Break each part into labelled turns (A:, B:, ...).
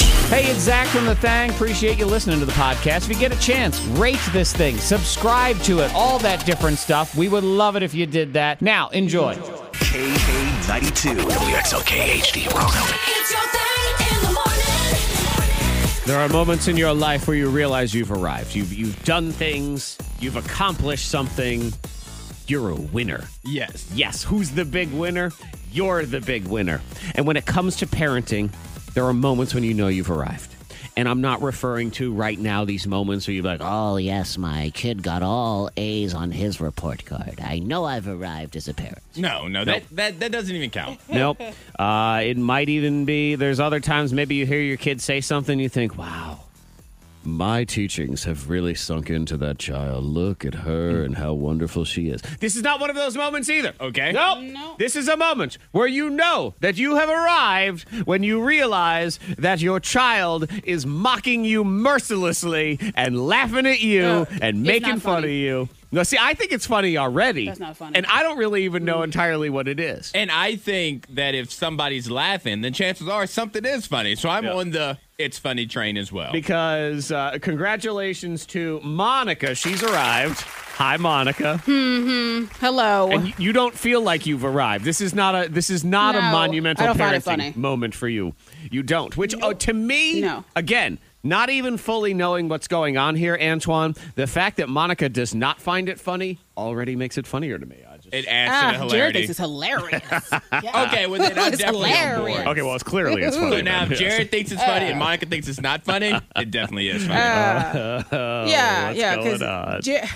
A: Hey, it's Zach from The Thang. Appreciate you listening to the podcast. If you get a chance, rate this thing, subscribe to it, all that different stuff. We would love it if you did that. Now, enjoy.
B: KA92, WXLKHD, Roanoke.
C: It's your thing in the morning.
D: There are moments in your life where you realize you've arrived. You've you've done things, you've accomplished something. You're a winner.
E: Yes.
D: Yes, who's the big winner? You're the big winner. And when it comes to parenting, there are moments when you know you've arrived. And I'm not referring to right now these moments where you're like, oh, yes, my kid got all A's on his report card. I know I've arrived as a parent.
E: No, no, that, that that doesn't even count.
D: Nope. Uh, it might even be, there's other times maybe you hear your kid say something, you think, wow, my teachings have really sunk into that child. Look at her and how wonderful she is. This is not one of those moments either, okay? Nope. No. This is a moment where you know that you have arrived when you realize that your child is mocking you mercilessly and laughing at you
F: No,
D: and
F: it's
D: making
F: not
D: fun of
F: funny.
D: you. No, see, I think it's funny already.
F: That's not funny. Mm.
D: And I don't really even know entirely what it is.
E: And I think that if somebody's laughing, then chances are something is funny. So I'm on the it's funny train as well.
D: because uh, congratulations to Monica. She's arrived. Hi, Monica.
F: Hmm. Hello.
D: And you- you don't feel like you've arrived. This is not a this is not a
F: No,
D: monumental
F: I don't find it funny.
D: parenting moment for you. You don't. Which oh, to me,
F: No.
D: again, not even fully knowing what's going on here, Antoine. The fact that Monica does not find it funny already makes it funnier to me. I just,
E: it adds to the
F: ah, Jared
E: hilarity.
F: thinks it's hilarious. Yeah.
E: okay, well then I'm
F: It's
E: definitely on board.
F: hilarious.
D: okay, well, it's clearly it's funny.
E: So now
D: then.
E: if Jared thinks it's funny and Monica thinks it's not funny, it definitely is
F: Uh,
E: funny.
F: yeah,
D: Oh, what's
F: yeah,
D: going on?
F: because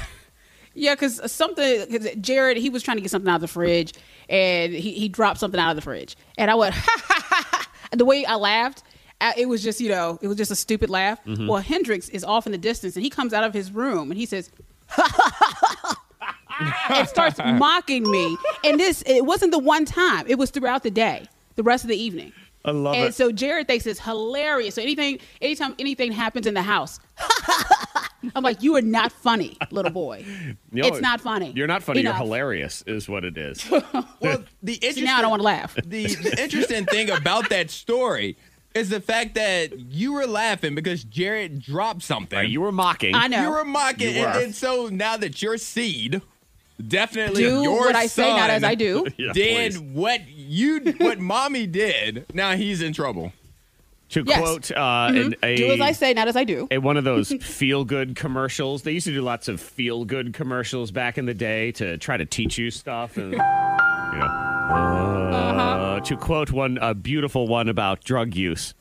F: yeah, because something because Jared he was trying to get something out of the fridge and he, he dropped something out of the fridge and I went ha ha ha, ha. the way I laughed. I, it was just you know it was just a stupid laugh.
D: Mm-hmm.
F: Well, Hendrix is off in the distance and he comes out of his room and he says. and starts mocking me and this it wasn't the one time it was throughout the day the rest of the evening
D: I love
F: and
D: it.
F: so Jared thinks it's hilarious. So anything, anytime anything happens in the house, I'm like, you are not funny, little boy.
D: No,
F: it's not funny.
D: You're not funny.
F: Enough.
D: You're hilarious, is what it is.
E: Well, the interesting,
F: Now I don't want to laugh.
E: the, the interesting thing about that story is the fact that you were laughing because Jared dropped something.
D: you were mocking.
F: I know.
E: You were mocking,
D: You were.
E: and then so now that your seed, definitely
F: Do
E: your
F: what I say, not
E: son
F: as I do.
D: Yeah,
E: did
D: please.
E: what you what mommy did. Now he's in trouble.
D: To
F: Yes. Mm-hmm.
D: quote uh, an, a,
F: do as I say, not as I do.
D: a- one of those feel good commercials. They used to do lots of feel good commercials back in the day to try to teach you stuff. And, you know,
E: Uh-huh.
D: uh, To quote one, a beautiful one about drug use,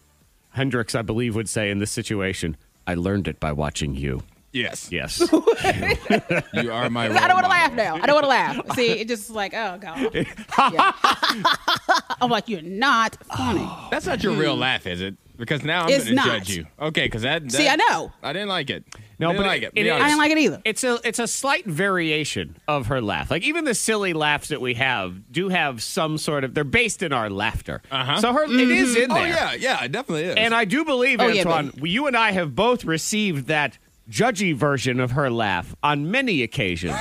D: Hendrix, I believe, would say in this situation, I learned it by watching you.
E: Yes,
D: Yes.
E: you are my.
F: I don't want to laugh now. I don't want to laugh. See, it just like, oh god. Yeah. I'm like, you're not
D: Oh,
F: funny.
E: That's not your real laugh, is it? Because now I'm
F: Mm. It's
E: going to
F: not.
E: judge you. Okay, because that, that.
F: See, I know.
E: I didn't like it.
D: No,
E: didn't
D: but
E: like
D: it-
E: it. Be
D: it is-
F: I
E: honest.
F: didn't like it either.
D: It's a it's a slight variation of her laugh. Like even the silly laughs that we have do have some sort of they're based in our laughter. Uh-huh. So her it is in
E: Oh
D: there.
E: yeah, yeah, it definitely is.
D: And I do believe,
F: Oh, yeah,
D: Antoine, you and I have both received that judgy version of her laugh on many occasions.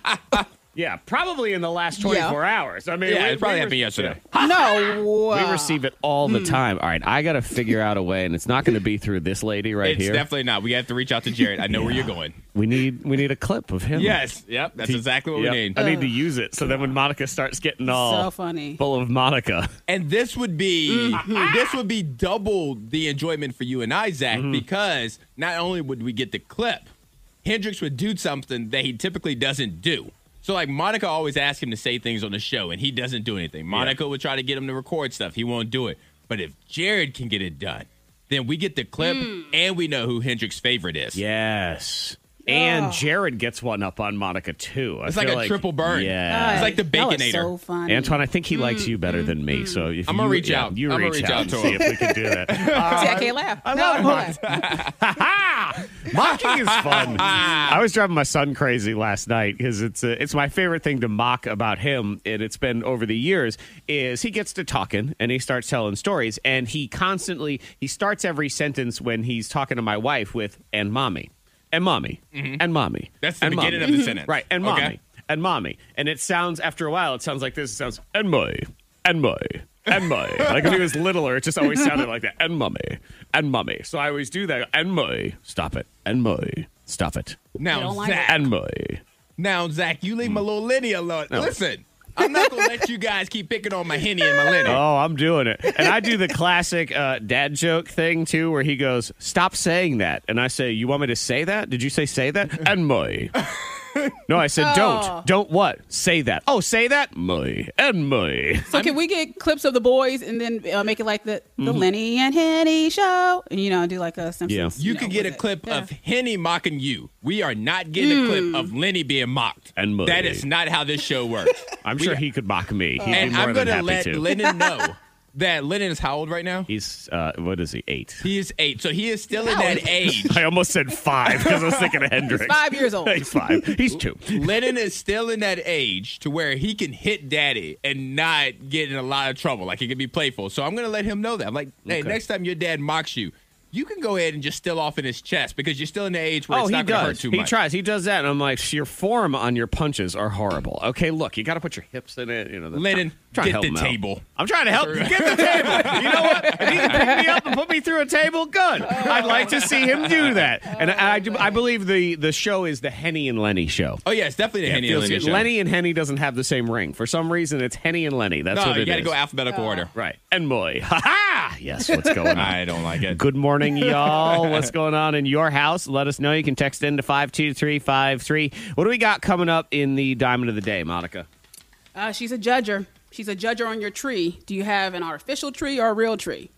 D: yeah, probably in the last 24 hours. I mean,
E: yeah,
D: we-
E: it probably
D: we
E: happened
D: re-
E: yesterday.
F: No.
D: We receive it all
F: hmm.
D: the time. All right, I got to figure out a way, and it's not going to be through this lady right
E: It's
D: here.
E: definitely not. We have to reach out to Jared. I know where you're going.
D: we need we need a clip of him.
E: Yes. Yep. That's
D: To-
E: exactly what
D: Yep.
E: we need.
D: I need to use it so then when Monica starts getting all
F: So funny.
D: full of Monica,
E: And this would be this would be double the enjoyment for you and I, Zach, because not only would we get the clip, Hendrix would do something that he typically doesn't do. So like Monica always asks him to say things on the show and he doesn't do anything. Monica would try to get him to record stuff. He won't do it. But if Jared can get it done, then we get the clip and we know who Hendrix's favorite is.
D: yes. And
F: Oh.
D: Jared gets one up on Monica too. I
E: It's like
D: feel
E: a triple burn.
D: Yeah.
F: God,
E: It's like the
F: y'all are
E: Baconator.
F: So funny.
D: Antoine, I think he likes you better than me. So if
E: I'm
D: you,
E: gonna reach
D: yeah,
E: out.
D: you
E: I'm gonna
D: reach,
E: reach out to
D: and see
E: him.
D: if we can do that.
F: See, I can't laugh. no, I don't laugh.
D: Ha! Mocking is fun. I was driving my son crazy last night because it's uh it's my favorite thing to mock about him, and it's been over the years. Is he gets to talking and he starts telling stories, and he constantly he starts every sentence when he's talking to my wife with "and mommy," and mommy, and mommy.
E: Mm-hmm. That's the
D: and
E: beginning
D: mommy." Mm-hmm.
E: of the sentence.
D: right? And
E: Okay.
D: mommy, and mommy, and it sounds after a while, it sounds like this. It sounds and boy, and boy, and mummy. Like when he was littler, it just always sounded like that. And mummy, and mummy. So I always do that. And mummy, stop it. And mummy, stop it.
E: Now,
F: don't like
E: Zach,
D: And mummy.
E: now, Zach, you leave my little Lenny alone. Listen, I'm not gonna let you guys keep picking on my Henny and my Lenny.
D: Oh, I'm doing it. And I do the classic uh, dad joke thing too, where he goes, "Stop saying that," and I say, "You want me to say that? Did you say say that?" And my. No, I said
F: Oh.
D: don't. Don't what? Say that. Oh, say that. My and my.
F: So can we get clips of the boys and then uh, make it like the, the Lenny and Henny show? And you know, do like a Simpsons.
E: You
F: know,
E: could get a
F: with it.
E: clip
F: Yeah.
E: of Henny mocking you. We are not getting a clip
F: Mm.
E: of Lenny being mocked.
D: And Muddy.
E: that is not how this show works.
D: I'm sure he could mock me. He'd
E: and
D: be more
E: I'm
D: than
E: gonna
D: happy
E: let
D: to.
E: Lennon know that Lennon is how old right now?
D: He's uh, what is he? Eight.
E: He is eight, so he is still in that age.
D: I almost said five because I was thinking of Hendrix.
F: Five years old.
D: He's five. He's two.
E: Lennon is still in that age to where he can hit daddy and not get in a lot of trouble. Like he can be playful. So I'm gonna let him know that. I'm like, hey, next time your dad mocks you, you can go ahead and just still off in his chest because you're still in the age where
D: Oh,
E: it's
D: he
E: not gonna hurt
D: does.
E: too
D: He
E: much.
D: tries. He does that, and I'm like, your form on your punches are horrible. Okay, look, you got to put your hips in it. You know, the-
E: Lennon,
D: Try to
E: get
D: help
E: the
D: him out.
E: table.
D: I'm trying to help you get the table. You know what? If he can pick me up and put me through a table, good. I'd like to see him do that. And I, I, do- I believe the the show is the Henny and Lenny show.
E: Oh yeah, it's definitely the Henny and
D: Feels
E: Lenny
D: good.
E: show.
D: Lenny and Henny doesn't have the same ring. For some reason, it's Henny and Lenny. That's
E: no,
D: what it
E: you gotta
D: is.
E: go alphabetical order.
D: Right. And Moy. Ha ha! Yes, what's going on?
E: I don't like it.
D: Good morning, y'all. What's going on in your house? Let us know. You can text in to 52353. What do we got coming up in the Diamond of the Day, Monica?
F: Uh, she's a judger. She's a judger on your tree. Do you have an artificial tree or a real tree?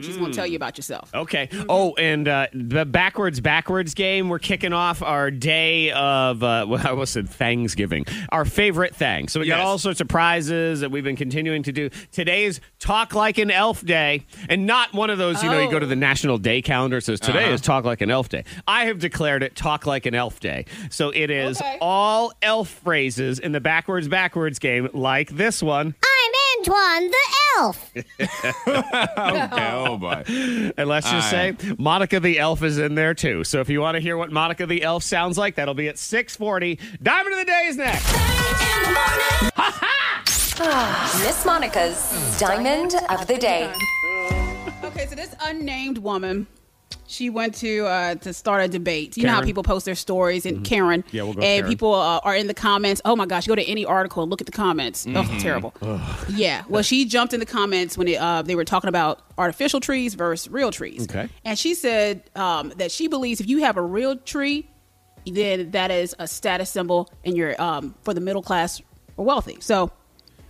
F: She's gonna tell you about yourself.
D: Okay. Oh, and uh, the backwards backwards game. We're kicking off our day of uh, well, I almost said Thanksgiving. Our favorite thing. So we got
E: Yes.
D: all sorts of prizes that we've been continuing to do. Today's Talk Like an Elf Day, and not one of those. You know, you go to the National Day calendar. It says today is Talk Like an Elf Day. I have declared it Talk Like an Elf Day. So it is
F: Okay.
D: all elf phrases in the backwards backwards game, like this one.
G: I'm Antoine the Elf.
E: Okay, oh boy.
D: And let's just
E: All
D: say Monica the Elf is in there too. So if you want to hear what Monica the Elf sounds like, that'll be at 640. Diamond of the Day is next.
C: in the morning.
H: Miss Monica's Diamond of the Day.
F: Okay, so this unnamed woman, she went to uh, to start a debate. You know how
D: Karen. Mm-hmm.
F: people post their stories and Karen,
D: Yeah, we'll go
F: and
D: Karen.
F: people uh, are in the comments. Oh my gosh, go to any article and look at the comments.
D: Mm-hmm.
F: Oh, terrible. Yeah, well, she jumped in the comments when it, uh, they were talking about artificial trees versus real trees.
D: Okay.
F: and she said um, that she believes if you have a real tree, then that is a status symbol and you're um, for the middle class or wealthy. So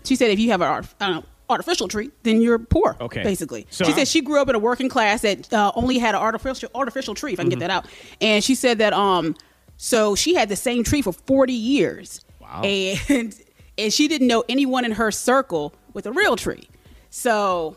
F: she said if you have an art, I don't know, artificial tree, then you're poor.
D: Okay.
F: basically.
D: So-
F: she said she grew up in a working class that uh, only had an artificial artificial tree. If I can
D: Mm-hmm.
F: get that out, and she said that um, so she had the same tree for forty years. Wow. And and she didn't know anyone in her circle with a real tree, so.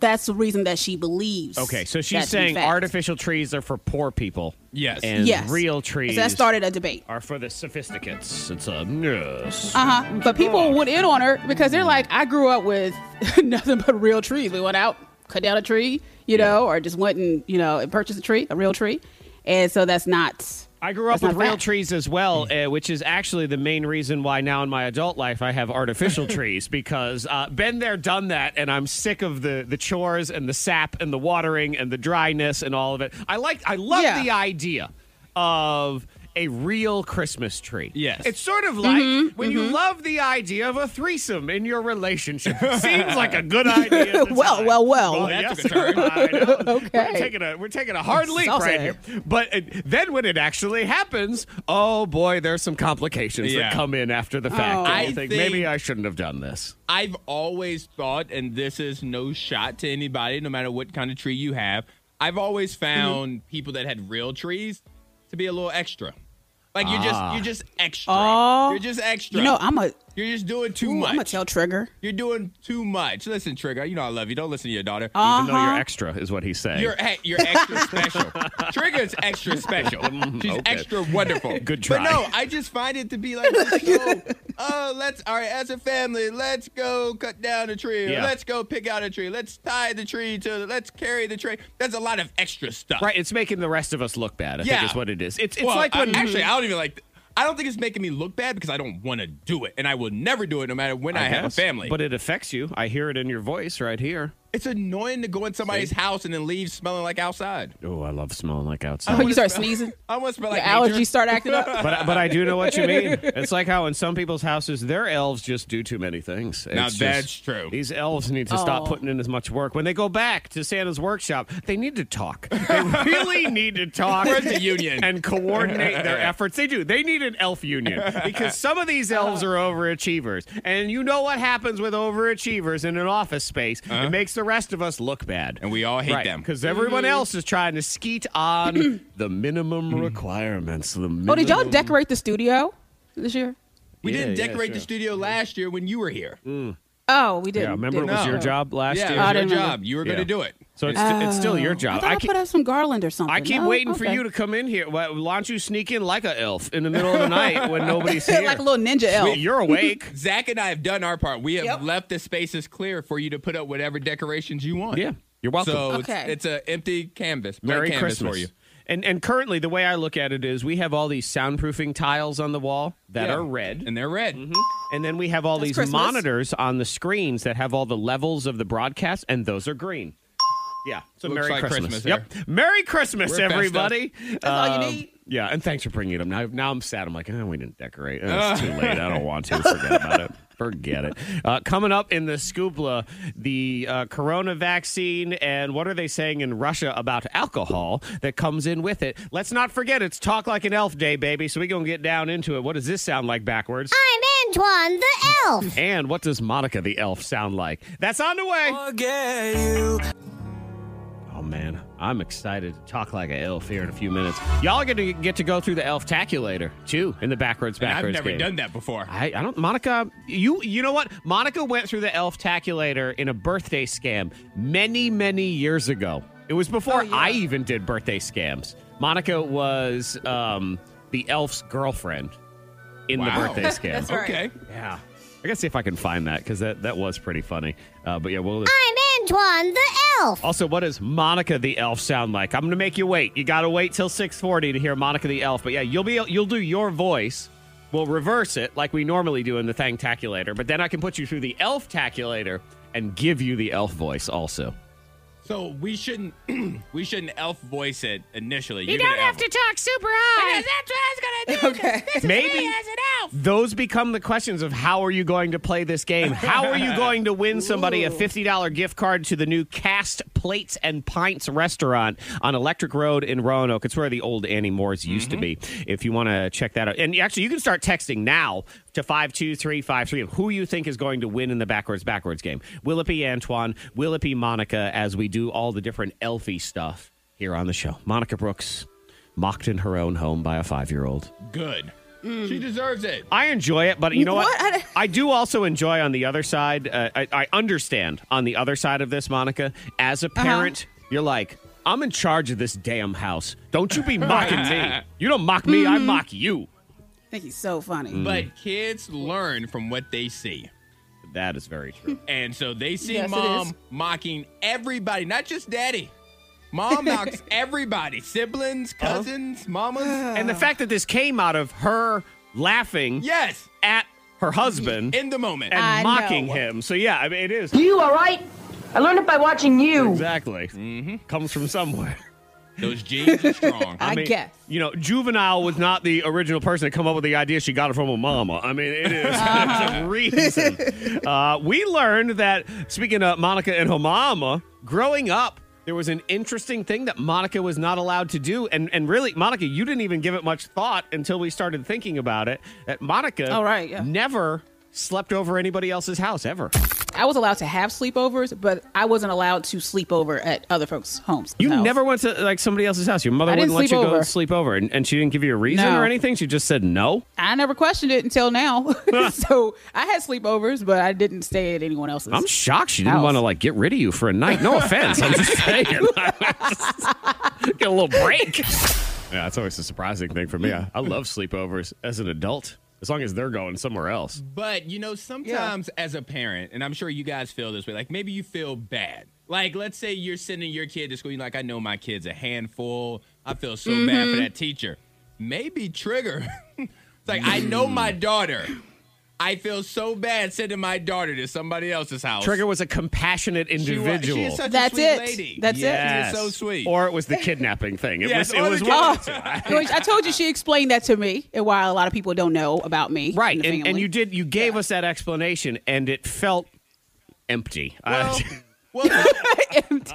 F: That's the reason that she believes.
D: Okay, so
F: that
D: she's
F: to be
D: saying
F: fact.
D: artificial trees are for poor people.
E: Yes.
D: And
F: Yes.
D: real
F: So
D: trees
F: that started a debate.
D: are for the sophisticates. It's a yes.
F: Uh huh. But people went in on her because they're like, I grew up with nothing but real trees. We went out, cut down a tree, you know, or just went and you know and purchased a tree, a real tree, and so that's not.
D: I grew up
F: that's
D: with
F: not
D: real
F: fact. Mm.
D: trees as well, uh, which is actually the main reason why now in my adult life I have artificial trees because uh, been there, done that, and I'm sick of the the chores and the sap and the watering and the dryness and all of it. I like, I love
F: Yeah.
D: the idea of a real Christmas tree.
E: Yes.
D: it's sort of like
F: Mm-hmm,
D: when you love the idea of a threesome in your relationship. Seems like a good idea. at the
F: Well,
D: time.
F: well, well.
D: Well,
E: that
D: yes,
E: took a turn.
D: I know. We're
F: Okay.
D: taking a we're taking a hard leap
F: Saucy.
D: right here. But uh, then when it actually happens, oh boy, there's some complications
E: Yeah.
D: that come in after the fact. And
F: Oh.
D: you
E: I
D: think,
E: think-
D: maybe I shouldn't have done this.
E: I've always thought, and this is no shot to anybody, no matter what kind of tree you have, I've
F: Mm-hmm.
E: always found people that had real trees to be a little extra. Like you're just you're just extra.
F: Ah. Oh.
E: you're just extra.
F: You know, I'm a
E: you're just doing too
F: am a
E: much.
F: tell trigger.
E: you're doing too much. Listen, Trigger, you know I love you. Don't listen to your daughter.
F: Ah.
D: Even though you're extra is what he's saying.
E: Uh-huh. You're hey, you're extra special. Trigger's extra special. She's
D: Mm, okay.
E: extra wonderful.
D: Good
E: But
D: try.
E: no, I just find it to be like, this show. oh, let's all right as a family, let's go cut down a tree. or
D: Yeah.
E: Let's go pick out a tree. Let's tie the tree to. the- Let's carry the tree. That's a lot of extra stuff.
D: right, it's making the rest of us look bad, I
E: Yeah.
D: think is what it is. It's it's
E: Well,
D: like when
E: I, actually I don't even like. I don't think it's making me look bad because I don't want to do it, and I will never do it no matter when I, have a
D: guess.
E: family.
D: But it affects you. I hear it in your voice right here.
E: it's annoying to go in somebody's house and then leave smelling like outside.
D: Oh, I love smelling like outside.
F: When you start sneezing,
E: I want to smell
F: your
E: like nature.
F: allergies start acting up.
D: But, but I do know what you mean. It's like how in some people's houses, their elves just do too many things. It's
E: Now
D: just-
E: that's true.
D: These elves need to
F: Oh.
D: stop putting in as much work. When they go back to Santa's workshop, they need to talk. They really need to talk.
E: Where's the union?
D: And coordinate their efforts. They do. They need an elf union because some of these elves are overachievers. And you know what happens with overachievers in an office space? It makes the rest of us look bad.
E: Uh-huh. And we all hate them.
D: Because everyone
F: Mm-hmm.
D: else is trying to skeet on the
E: Mm-hmm.
D: minimum requirements. The minimum
F: Oh, did y'all decorate the studio this year?
E: We didn't
D: Yeah, yeah,
E: decorate
D: sure.
E: the
D: Mm-hmm.
E: studio last year when you were here.
F: Oh, we didn't.
D: Yeah, remember
F: didn't.
D: it was
E: No.
D: your job last
E: yeah,
D: year.
F: I
E: it was
F: didn't
E: your
F: remember.
E: job. You were going
D: Yeah.
E: to do it.
D: So it's, it's still your job.
F: Oh, I thought I,
D: keep,
F: put up some garland or something.
D: I keep
F: Oh,
D: waiting for
F: okay.
D: you to come in here. Why, why don't you sneak in like an elf in the middle of the night when nobody's here?
F: like a little ninja elf.
D: You're awake.
E: Zach and I have done our part. We have
F: Yep.
E: left the spaces clear for you to put up whatever decorations you want.
D: Yeah, you're welcome.
E: So
F: Okay.
E: it's, it's an empty canvas. blank
D: Merry
E: canvas
D: Christmas
E: for you.
D: And and currently the way I look at it is we have all these soundproofing tiles on the wall that
E: Yeah.
D: are red.
E: And they're red.
F: Mm-hmm.
D: And then we have all
F: That's
D: these
F: Christmas.
D: monitors on the screens that have all the levels of the broadcast, and those are green. Yeah. So
E: Looks
D: Merry
E: like
D: Christmas.
E: Christmas
D: yep. Merry Christmas,
E: We're fessed
D: everybody. That's
F: all you need.
D: Yeah, and thanks for bringing it up. Now, now I'm sad. I'm like, oh, we didn't decorate. Oh, it's too late. I don't want to. Forget about it. Forget it. Uh, coming up in the scoopla, the uh, corona vaccine, and what are they saying in Russia about alcohol that comes in with it? Let's not forget it's Talk Like an Elf Day, baby. So we're going to get down into it. What does this sound like backwards?
G: I'm Antoine the Elf.
D: And what does Monica the elf sound like? That's on the way. Oh man, I'm excited to talk like an elf here in a few minutes. Y'all are gonna get to go through the elf taculator too in the backwards
E: And
D: backwards.
E: I've never
D: game.
E: done that before.
D: I, I don't, Monica. You you know what? Monica went through the elf taculator in a birthday scam many many years ago. It was before I even did birthday scams. Monica was um, the elf's girlfriend in
E: Wow.
D: the birthday scam.
F: That's right.
E: okay.
D: Yeah. I gotta see if I can find that because that, that was pretty funny. Uh, but yeah, we'll.
G: I'm Antoine the Elf.
D: Also, what does Monica the Elf sound like? I'm gonna make you wait. You gotta wait till 6:40 to hear Monica the Elf. But yeah, you'll be you'll do your voice. We'll reverse it like we normally do in the Thang Taculator, but then I can put you through the Elf Taculator and give you the Elf voice also.
E: So we shouldn't we shouldn't elf voice it initially. You
D: talk super high.
F: Okay.
D: Maybe those become the questions of how are you going to play this game? How are you going to win somebody a $50 gift card to the new Cast Plates and Pints restaurant on Electric Road in Roanoke? It's where the old Annie Moore's used to be. If you want to check that out. And actually, you can start texting now to 52353 of who you think is going to win in the backwards backwards game. Will it be Antoine? Will it be Monica as we do all the different elfie stuff here on the show? Monica Brooks mocked in her own home by a 5-year-old.
E: Good.
F: Mm.
E: She deserves it.
D: I enjoy it, but you know what?
F: What? I-
D: I do also enjoy on the other side. Uh, I, I understand on the other side of this, Monica. As a parent, you're like, I'm in charge of this damn house. Don't you be mocking me. You don't mock me, I mock you.
F: I think he's so funny.
D: Mm.
E: But kids learn from what they see.
D: That is very true.
E: And so they see
F: Yes, it is.
E: mom mocking everybody, not just daddy. Mom mocks everybody siblings,
F: Uh-huh.
E: cousins, mamas.
D: and the fact that this came out of her laughing
E: Yes,
D: at her husband
E: in the moment.
D: and
F: I
D: mocking
F: know.
D: him. So, yeah, I mean, it is.
I: You, all right? I learned it by watching you.
D: Exactly. Comes from somewhere.
E: Those genes are strong.
F: I, guess.
D: You know, Juvenile was not the original person to come up with the idea. She got it from her mama. I mean, it is there's a reason. Uh, we learned that, speaking of Monica and her mama, growing up, there was an interesting thing that Monica was not allowed to do. And, and really, Monica, you didn't even give it much thought until we started thinking about it. That Monica
F: Oh, right, yeah.
D: never slept over anybody else's house ever.
F: I was allowed to have sleepovers, but I wasn't allowed to sleep over at other folks' homes.
D: You
F: house.
D: never went to like somebody else's house. Your mother
F: I
D: wouldn't
F: didn't
D: let you
F: sleep
D: go
F: over.
D: sleep over. And, and she didn't give you a reason
F: No.
D: or anything. She just said no.
F: I never questioned it until now. so I had sleepovers, but I didn't stay at anyone else's.
D: I'm shocked she didn't
F: House.
D: want to like get rid of you for a night. No offense, I'm just saying. get a little break. Yeah, that's always a surprising thing for me. I, I love sleepovers as an adult, as long as they're going somewhere else.
E: But you know, sometimes as a parent, and I'm sure you guys feel this way, like maybe you feel bad. Like, let's say you're sending your kid to school, you're like, I know my
F: Mm-hmm.
E: kid's a handful. I feel so bad for that teacher. Maybe trigger It's like I know
F: Mm.
E: my daughter. I feel so bad sending my daughter to somebody else's house.
D: Trigger was a compassionate
E: She wa-
D: individual.
E: She is such
F: That's
E: a sweet
F: it.
E: lady.
F: That's
E: Yeah,
D: yes.
E: She is so sweet.
D: Or it was the kidnapping thing. It
E: Yes,
D: was. It
E: or
D: was
E: the
D: one of the two.
F: it. Oh, Which I told you she explained that to me, and why a lot of people don't know about me.
D: right
F: the
D: and, and
F: family.
D: you did you gave us that explanation and it felt empty
E: Well,
D: I-
E: well,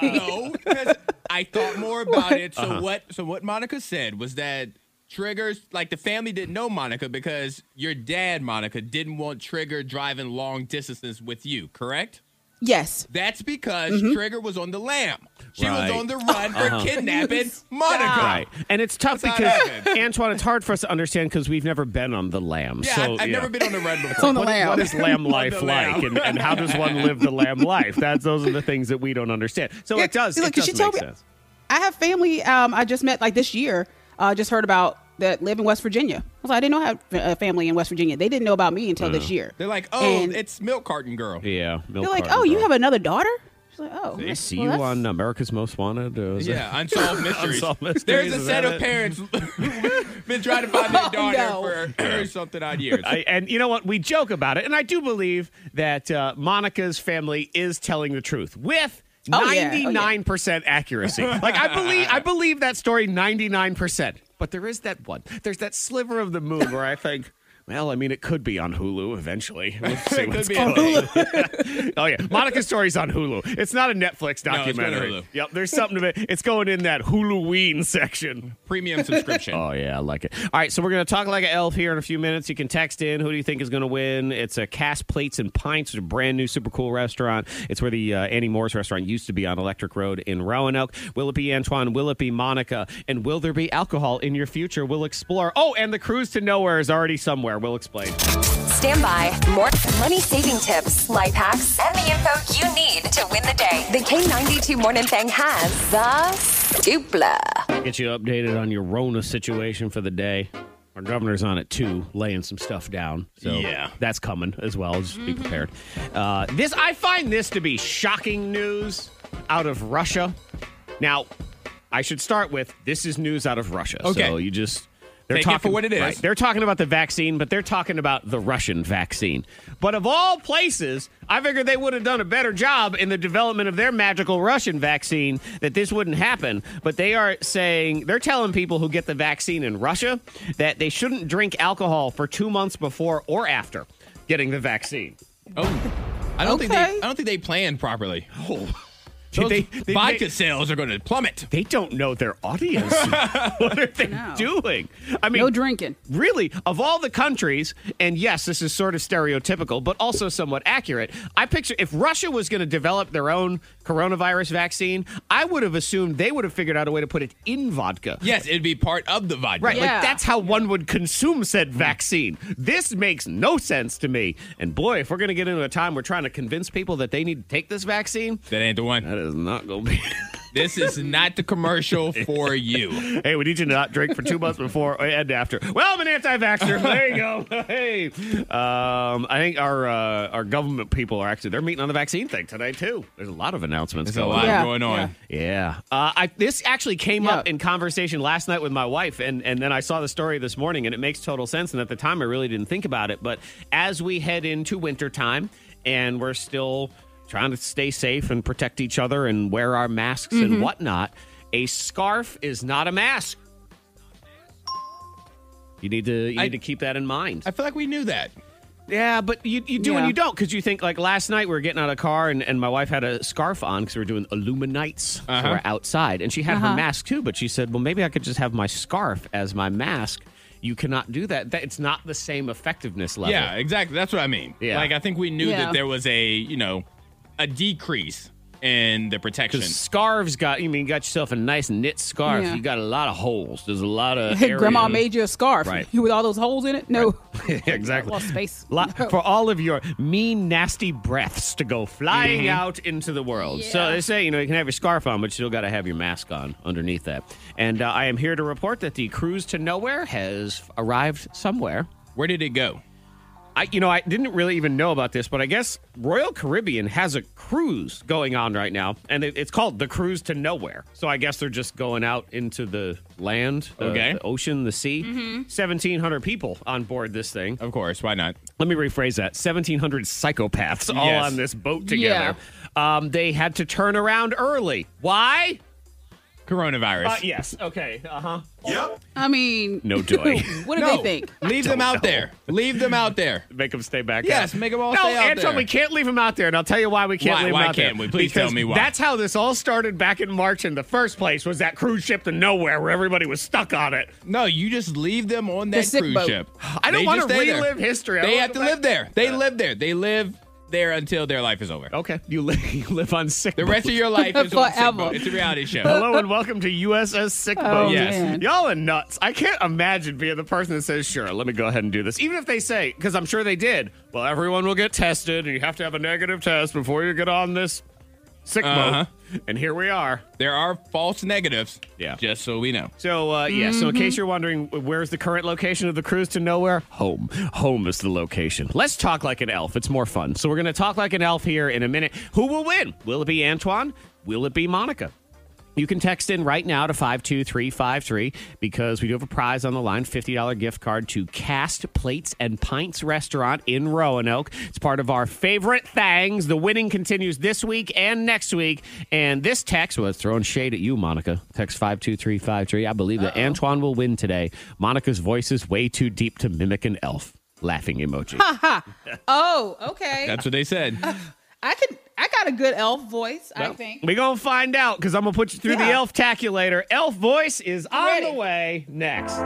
E: no, because I thought more about it. So
D: Uh-huh.
E: what? So what Monica said was that Trigger's like the family didn't know Monica because your dad, Monica, didn't want Trigger driving long distances with you. Correct?
F: yes,
E: That's because
F: Mm-hmm.
E: Trigger was on the lam. She
D: Right. Uh-huh.
E: was on the run for kidnapping Monica.
D: right and it's tough
E: That's how
D: because
E: it happened.
D: antoine it's hard for us to understand because we've never been on the lamb
E: Yeah,
D: so
E: I, have
D: yeah.
E: never been on the run before.
F: on the
D: What-
F: lamb.
D: what is lamb life
E: the
D: like,
E: lamb.
D: and, and how does one live the lamb life? That's those are the things that we don't understand. So
F: Yeah,
D: it does.
F: look,
D: it
F: could
D: does
F: she
D: make
F: tell me-
D: sense.
F: I have family. Um, I just met like this year. Uh, just heard about that live in West Virginia. I was like, I didn't know I had a family in West Virginia. They didn't know about me until
D: Uh.
F: this year.
E: They're like, oh,
F: And
E: it's milk carton girl.
D: Yeah, Milk
F: they're like,
D: carton
F: oh, you
D: girl.
F: have another daughter. She's like, oh,
D: They see
F: well,
D: you
F: that's-
D: on uh, America's Most Wanted. Or is it-
E: Yeah, unsolved mysteries.
D: Unsolved mysteries,
E: There's a
D: is
E: set
D: that
E: of
D: it?
E: parents been trying to find their
F: Oh,
E: daughter
F: no.
E: for something odd years.
D: I, and you know what? We joke about it, and I do believe that uh, Monica's family is telling the truth with.
F: Oh, yeah. Oh, yeah.
D: 99% accuracy. Like I believe I believe that story 99%. But there is that one. There's that sliver of the moon where I think, well, I mean it could be on Hulu eventually. We'll see what's
E: be
D: going
E: on
D: on. oh yeah. Monica's story's on Hulu. It's not a Netflix
E: No, it's going to
D: documentary.
E: Hulu.
D: Yep, there's something to it. It's going in that Huluween section.
E: Premium subscription.
D: Oh yeah, I like it. All right, so we're gonna talk like an elf here in a few minutes. You can text in. Who do you think is gonna win? It's a Cast Plates and Pints, it's a brand new, super cool restaurant. It's where the uh, Annie Moore's restaurant used to be on Electric Road in Roanoke. Will it be Antoine? Will it be Monica? And will there be alcohol in your future? We'll explore. Oh, and the cruise to nowhere is already somewhere. We'll explain.
H: Stand by. More money saving tips, life hacks, and the info you need to win the day. The K92 Morning Thing has the dupla.
D: Get you updated on your Rona situation for the day. Our governor's on it too, laying some stuff down. So
E: Yeah.
D: that's coming as well. Just be prepared. Uh, this I find this to be shocking news out of Russia. Now, I should start with this is news out of Russia. So
E: Okay.
D: you just they're
E: Take it for
D: talking
E: what it is.
D: right, they're talking about the vaccine, but they're talking about the Russian vaccine. But of all places, I figured they would have done a better job in the development of their magical Russian vaccine that this wouldn't happen. But they are saying they're telling people who get the vaccine in Russia that they shouldn't drink alcohol for two months before or after getting the vaccine.
E: I don't think
F: Okay.
E: they. I don't think they planned properly. Those
D: They- they-
E: vodka
D: they-
E: sales are going to plummet.
D: They don't know their audience. what are they
F: No.
D: doing? I mean,
F: no drinking.
D: really, of all the countries, and yes, this is sort of stereotypical, but also somewhat accurate. I picture if Russia was going to develop their own coronavirus vaccine, I would have assumed they would have figured out a way to put it in vodka.
E: Yes, it'd be part of the vodka.
D: Right,
F: Yeah.
D: like that's how one would consume said vaccine. This makes no sense to me. And boy, if we're going to get into a time we're trying to convince people that they need to take this vaccine,
E: That ain't the one.
D: that is not going to be.
E: This is not the commercial for you.
D: hey, we need you to not drink for two months before and after. Well, I'm an anti-vaxxer. There you go. hey, um, I think our uh, our government people are actually they're meeting on the vaccine thing today too. There's a lot of announcements.
E: There's a
D: going
E: lot
D: on.
F: Yeah,
E: going on.
D: Yeah. Uh, I, this actually came
F: Yeah.
D: up in conversation last night with my wife, and, and then I saw the story this morning, and it makes total sense. And at the time, I really didn't think about it. But as we head into wintertime, and we're still trying to stay safe and protect each other and wear our masks and whatnot, a scarf is not a mask. You need to you
E: I-
D: need to keep that in mind.
E: I feel like we knew that.
D: Yeah, but you, you do and
F: Yeah.
D: you don't because you think like last night we were getting out of the car and, and my wife had a scarf on because we were doing Illuminites
F: Uh-huh.
D: so we're outside and she had her mask too, but she said, well, maybe I could just have my scarf as my mask. You cannot do that. that it's not the same effectiveness level.
E: Yeah, exactly. That's what I mean.
D: Yeah.
E: Like I think we knew
F: Yeah.
E: that there was a you know a decrease in the protection.
D: Because scarves got, you mean, you got yourself a nice knit scarf.
F: Yeah.
D: You got a lot of holes. There's a lot of.
F: Grandma
D: area.
F: made you a scarf
D: Right.
F: with all those holes in it. No,
D: exactly.
F: Lost space.
D: Lot-
F: No.
D: For all of your mean, nasty breaths to go flying out into the world. So they say, you know, you can have your scarf on, but you still got to have your mask on underneath that. And uh, I am here to report that the cruise to nowhere has arrived somewhere.
E: Where did it go?
D: I, you know, I didn't really even know about this, but I guess Royal Caribbean has a cruise going on right now, and it, it's called the Cruise to Nowhere. So I guess they're just going out into the land, uh,
E: Okay.
D: the ocean, the sea. Seventeen hundred people on board this thing.
E: Of course, why not?
D: Let me rephrase that: seventeen hundred psychopaths all
E: Yes.
D: on this boat together. Um, they had to turn around early. Why?
E: Coronavirus.
D: Uh, yes. Okay. Uh
E: Uh-huh.
D: huh.
F: I mean,
D: No joy.
F: what do
E: No,
F: they think?
E: Leave them out there. Leave them out there.
D: Make them stay back.
E: Yes,
D: out.
E: make 'em all
D: no,
E: stay out
D: Anton,
E: there.
D: we can't leave them out there, and I'll tell you why we can't
E: Why-
D: leave
E: why
D: them out there.
E: can't we? Please
D: Because
E: tell me why.
D: That's how this all started back in March in the first place. Was that cruise ship to nowhere where everybody was stuck on it?
E: No, you just leave them on that
F: sick
E: cruise
F: boat.
E: ship.
D: I don't
E: They
D: wanna
E: just stay there.
D: relive history. I
E: They
D: don't
E: have to
D: wanna go
E: live there. They live there. They live there until their life is over.
D: Okay, you live, you live on sick.
E: The rest of your life is on sick
F: Forever.
E: boat. It's a reality show.
D: Hello and welcome to USS Sick Boat.
E: Yes.
F: man.
D: Y'all are nuts. I can't imagine being the person that says, sure, let me go ahead and do this. Even if they say, because I'm sure they did, well, everyone will get tested and you have to have a negative test before you get on this sick
E: Uh-huh.
D: boat. And here we are.
E: There are false negatives.
D: Yeah.
E: Just so we know.
D: So uh, yeah, so in case you're wondering, where's the current location of the cruise to nowhere? Home. Home is the location. Let's talk like an elf. It's more fun. So we're gonna talk like an elf here in a minute. Who will win? Will it be Antoine? Will it be Monica? You can text in right now to 52353 because we do have a prize on the line $50 gift card to Cast Plates and Pints Restaurant in Roanoke. It's part of our favorite things. The winning continues this week and next week. And this text was throwing shade at you, Monica. Text 52353. I believe that Antoine will win today. Monica's voice is way too deep to mimic an elf. Laughing emoji.
F: Oh, okay.
E: That's what they said.
F: I can. I got a good elf voice. I think.
D: we going to find out because I'm going to put you through the
F: Yeah.
D: elf calculator. Elf voice is on
F: Ready.
D: the way next.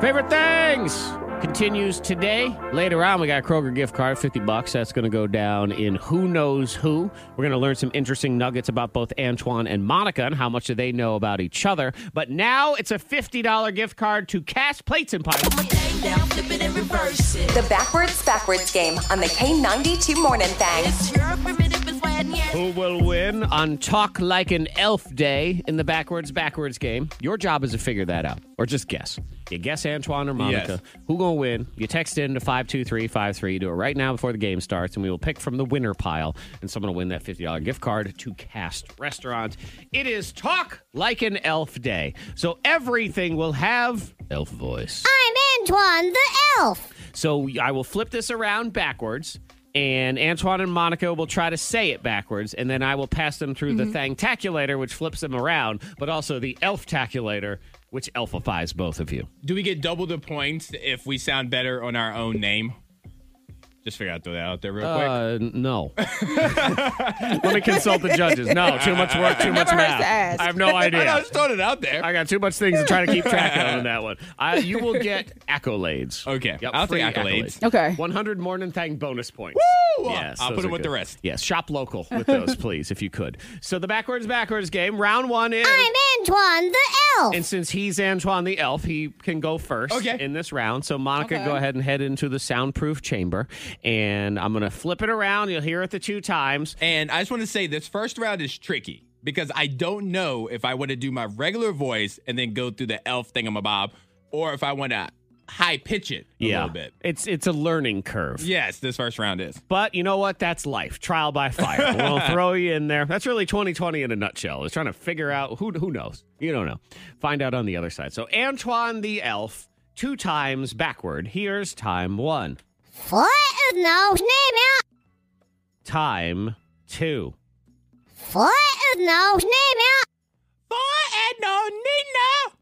D: Favorite things continues today. Later on, we got a Kroger gift card, 50 bucks. That's going to go down in Who Knows Who. We're going to learn some interesting nuggets about both Antoine and Monica and how much do they know about each other. But now it's a $50 gift card to Cast Plates and Pies.
C: Thing down, flip it and reverse it.
H: The backwards, backwards game on the K92 Morning Thing.
C: It's your primitive is wet, yeah.
D: Who will win on Talk Like an Elf Day in the backwards, backwards game? Your job is to figure that out or just guess. You guess Antoine or Monica. Who going to win? You text in to 52353. Do it right now before the game starts, and we will pick from the winner pile, and someone will win that $50 gift card to Cast Restaurant. It is Talk Like an Elf Day. So everything will have elf voice.
G: I'm Antoine the elf.
D: So I will flip this around backwards, and Antoine and Monica will try to say it backwards, and then I will pass them through the
F: Mm-hmm.
D: thing taculator, which flips them around, but also the elf taculator, which elfifies both of you.
E: Do we get double the points if we sound better on our own name? Just figure out throw that out there real quick.
D: Uh, n- no. Let me consult the judges. No, too much work, too much
F: Never hurts
D: math.
F: to ask.
D: I have no
E: I know,
D: idea.
E: just throwing it out there.
D: I got too much things to try to keep track of in that one. I, you will get accolades.
E: Okay,
D: Yep,
E: I'll
D: free
E: take accolades.
F: Okay.
D: 100 Morning Thang bonus points.
E: Woo! I'll
D: those
E: put 'em
D: are
E: with the rest.
D: Yes, shop local with those, please, if you could. So the backwards, backwards game, round one is.
G: I'm Antoine the elf.
D: and since he's Antoine the Elf, he can go first
E: Okay.
D: in this round. So, Monica,
F: Okay.
D: go ahead and head into the soundproof chamber. And I'm going to flip it around. You'll hear it the two times.
E: And I just want to say this first round is tricky because I don't know if I want to do my regular voice and then go through the elf thingamabob or if I want to high pitch it a
D: yeah.
E: little bit.
D: It's, it's a learning curve.
E: Yes, this first round is.
D: But you know what? That's life. Trial by fire. we'll throw you in there. That's really 2020 in a nutshell. Is trying to figure out who who knows. You don't know. Find out on the other side. So Antoine the elf, two times backward. Here's time one.
G: Flat as no name out.
D: Time two.
G: Flat as no name out.
E: Boy and no Nina.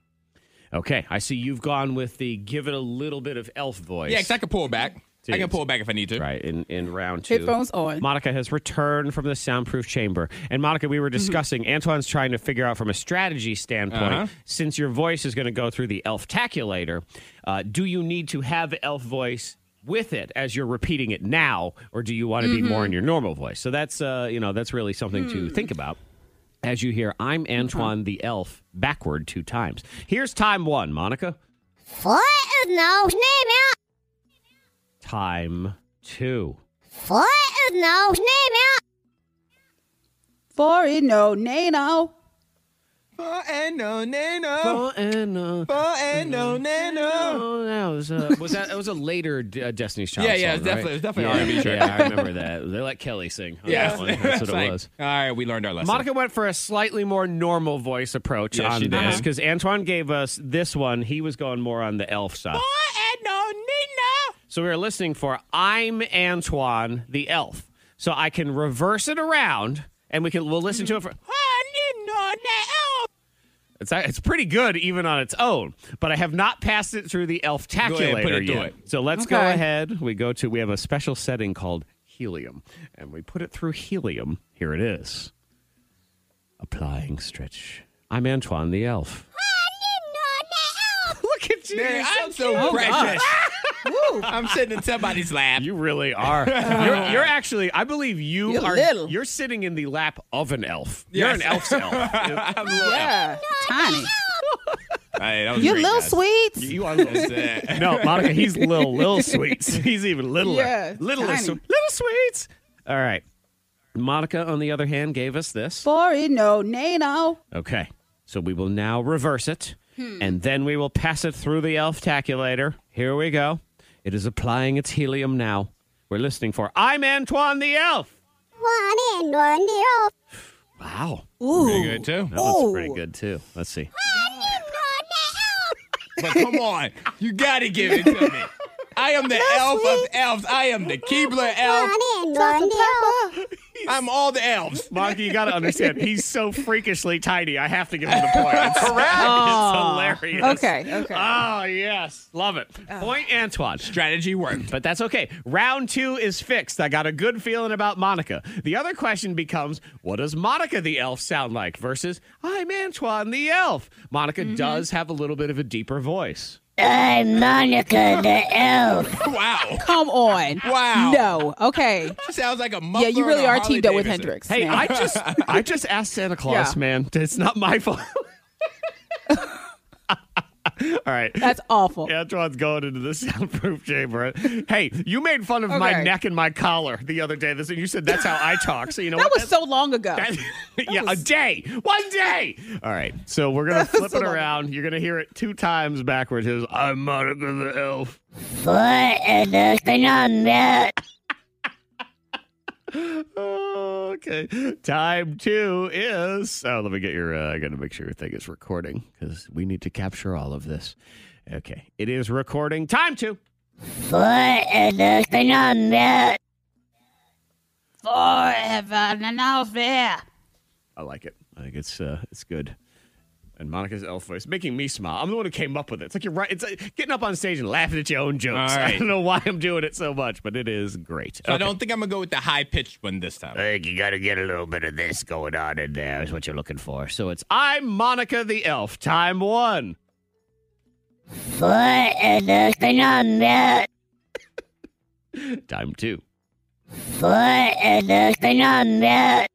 D: Okay, I see you've gone with the give it a little bit of elf voice.
E: Yeah, because I can pull back. I can pull back if I need to.
D: Right in, in round two.
F: Headphones on.
D: Monica has returned from the soundproof chamber. And Monica, we were discussing Antoine's trying to figure out from a strategy standpoint,
E: Uh-huh.
D: since your voice is going to go through the elf taculator, uh, do you need to have elf voice with it as you're repeating it now, or do you want to be more in your normal voice? So that's uh, you know that's really something to think about. As you hear, I'm Antoine the elf backward two times. Here's time one, Monica.
G: Flat as no name out.
D: Time two.
G: Flat as no name out.
F: For it no nano.
E: For and no, nano.
D: Oh, and uh,
E: For and no, nano.
D: oh, that was uh, was that, that was a later uh, Destiny's Child.
E: Yeah, yeah,
D: song,
E: it's definitely-
D: right?
E: it's definitely
D: yeah,
E: an R&B track.
D: Yeah, I remember that. They let Kelly sing. on
E: Yeah,
D: that one. that's what
E: It's
D: it
E: like,
D: was.
E: All right, we learned our lesson.
D: Monica went for a slightly more normal voice approach
E: Yes,
D: on
E: she did.
D: this because Antoine gave us this one. He was going more on the elf side.
E: and no, nano.
D: So we were listening for I'm Antoine the elf. So I can reverse it around and we can we'll listen to it for it's, it's pretty good even on its own, but I have not passed it through the elf
E: ahead, put
D: calculator
E: it through
D: yet.
E: it.
D: So let's go
F: Okay.
D: ahead. We go to we have a special setting called helium, and we put it through helium. Here it is. Applying stretch. I'm Antoine the elf. Look at you.
E: Man, I'm so
D: Oh,
E: precious. I'm sitting in somebody's lap.
D: You really are. You're, you're actually, I believe you
F: You're
D: are.
F: little.
D: You're sitting in the lap of an elf. You're
E: Yes.
D: an elf's elf.
F: Yeah, tiny.
E: Hey, that was
F: You
E: great,
F: little
E: guys.
F: sweets.
E: You are little sad.
D: no, Monica, he's little, little sweets. He's even littler.
F: Yeah,
D: little,
F: tiny.
D: little sweets. All right. Monica, on the other hand, gave us this.
F: Sorry, no, nano.
D: Okay. So we will now reverse it,
F: Hmm.
D: and then we will pass it through the elf calculator. Here we go. It is applying its helium now. We're listening for I'm Antoine the Elf.
G: One and one, the old.
D: Wow.
E: Pretty good too.
D: That one's pretty good, too. Let's see.
E: But come on, you gotta give it to me. I am the elf of elves. I am the Keebler elf.
G: One and one, the old.
E: I'm all the elves.
D: Monkey, you got to understand, he's so freakishly tiny. I have to give him the point. It's, it's hilarious.
F: Okay, okay.
D: Oh, yes. Love it.
F: Ah.
D: Point Antoine.
E: Strategy worked.
D: But that's okay. Round two is fixed. I got a good feeling about Monica. The other question becomes what does Monica the elf sound like versus I'm Antoine the elf? Monica
F: Mm-hmm.
D: does have a little bit of a deeper voice.
G: I'm Monica the elf.
E: Wow.
F: Come on.
E: Wow.
F: No. Okay.
E: Sounds like a muffler
F: Yeah, you really
E: on a
F: are
E: Harley
F: teamed up with
E: Davidson.
F: Hendrix.
D: Hey,
F: now.
D: I just I just asked Santa Claus,
F: Yeah.
D: man. It's not my fault. All right.
F: that's awful.
D: Antoine's going into the soundproof chamber. Hey, you made fun of my
F: Okay.
D: neck and my collar the other day. This, you said that's how I talk. So you know
F: That
D: what?
F: was so long ago.
D: That- yeah, a day, one day. All right, so we're gonna flip
F: so
D: it
F: long.
D: around. You're gonna hear it two times backwards. It was, I'm Monica the Elf.
G: What is this phenomenon?
D: Oh, Okay, time two is. Oh, let me get your. Uh, I gotta make sure your thing is recording because we need to capture all of this. Okay, it is recording. Time two.
G: What is this phenomenon?
F: Forever and ever.
D: I like it. I think it's uh, it's good. And Monica's elf voice making me smile. I'm the one who came up with it. It's like you're right. It's like getting up on stage and laughing at your own jokes.
E: All right.
D: I don't know why I'm doing it so much, but it is great.
E: So I don't think I'm gonna go with the high pitched one this time.
D: think you got to get a little bit of this going on in there, is what you're looking for. So it's I'm Monica the Elf, time one.
G: What is this phenomenon?
D: Time two.
G: What is this phenomenon?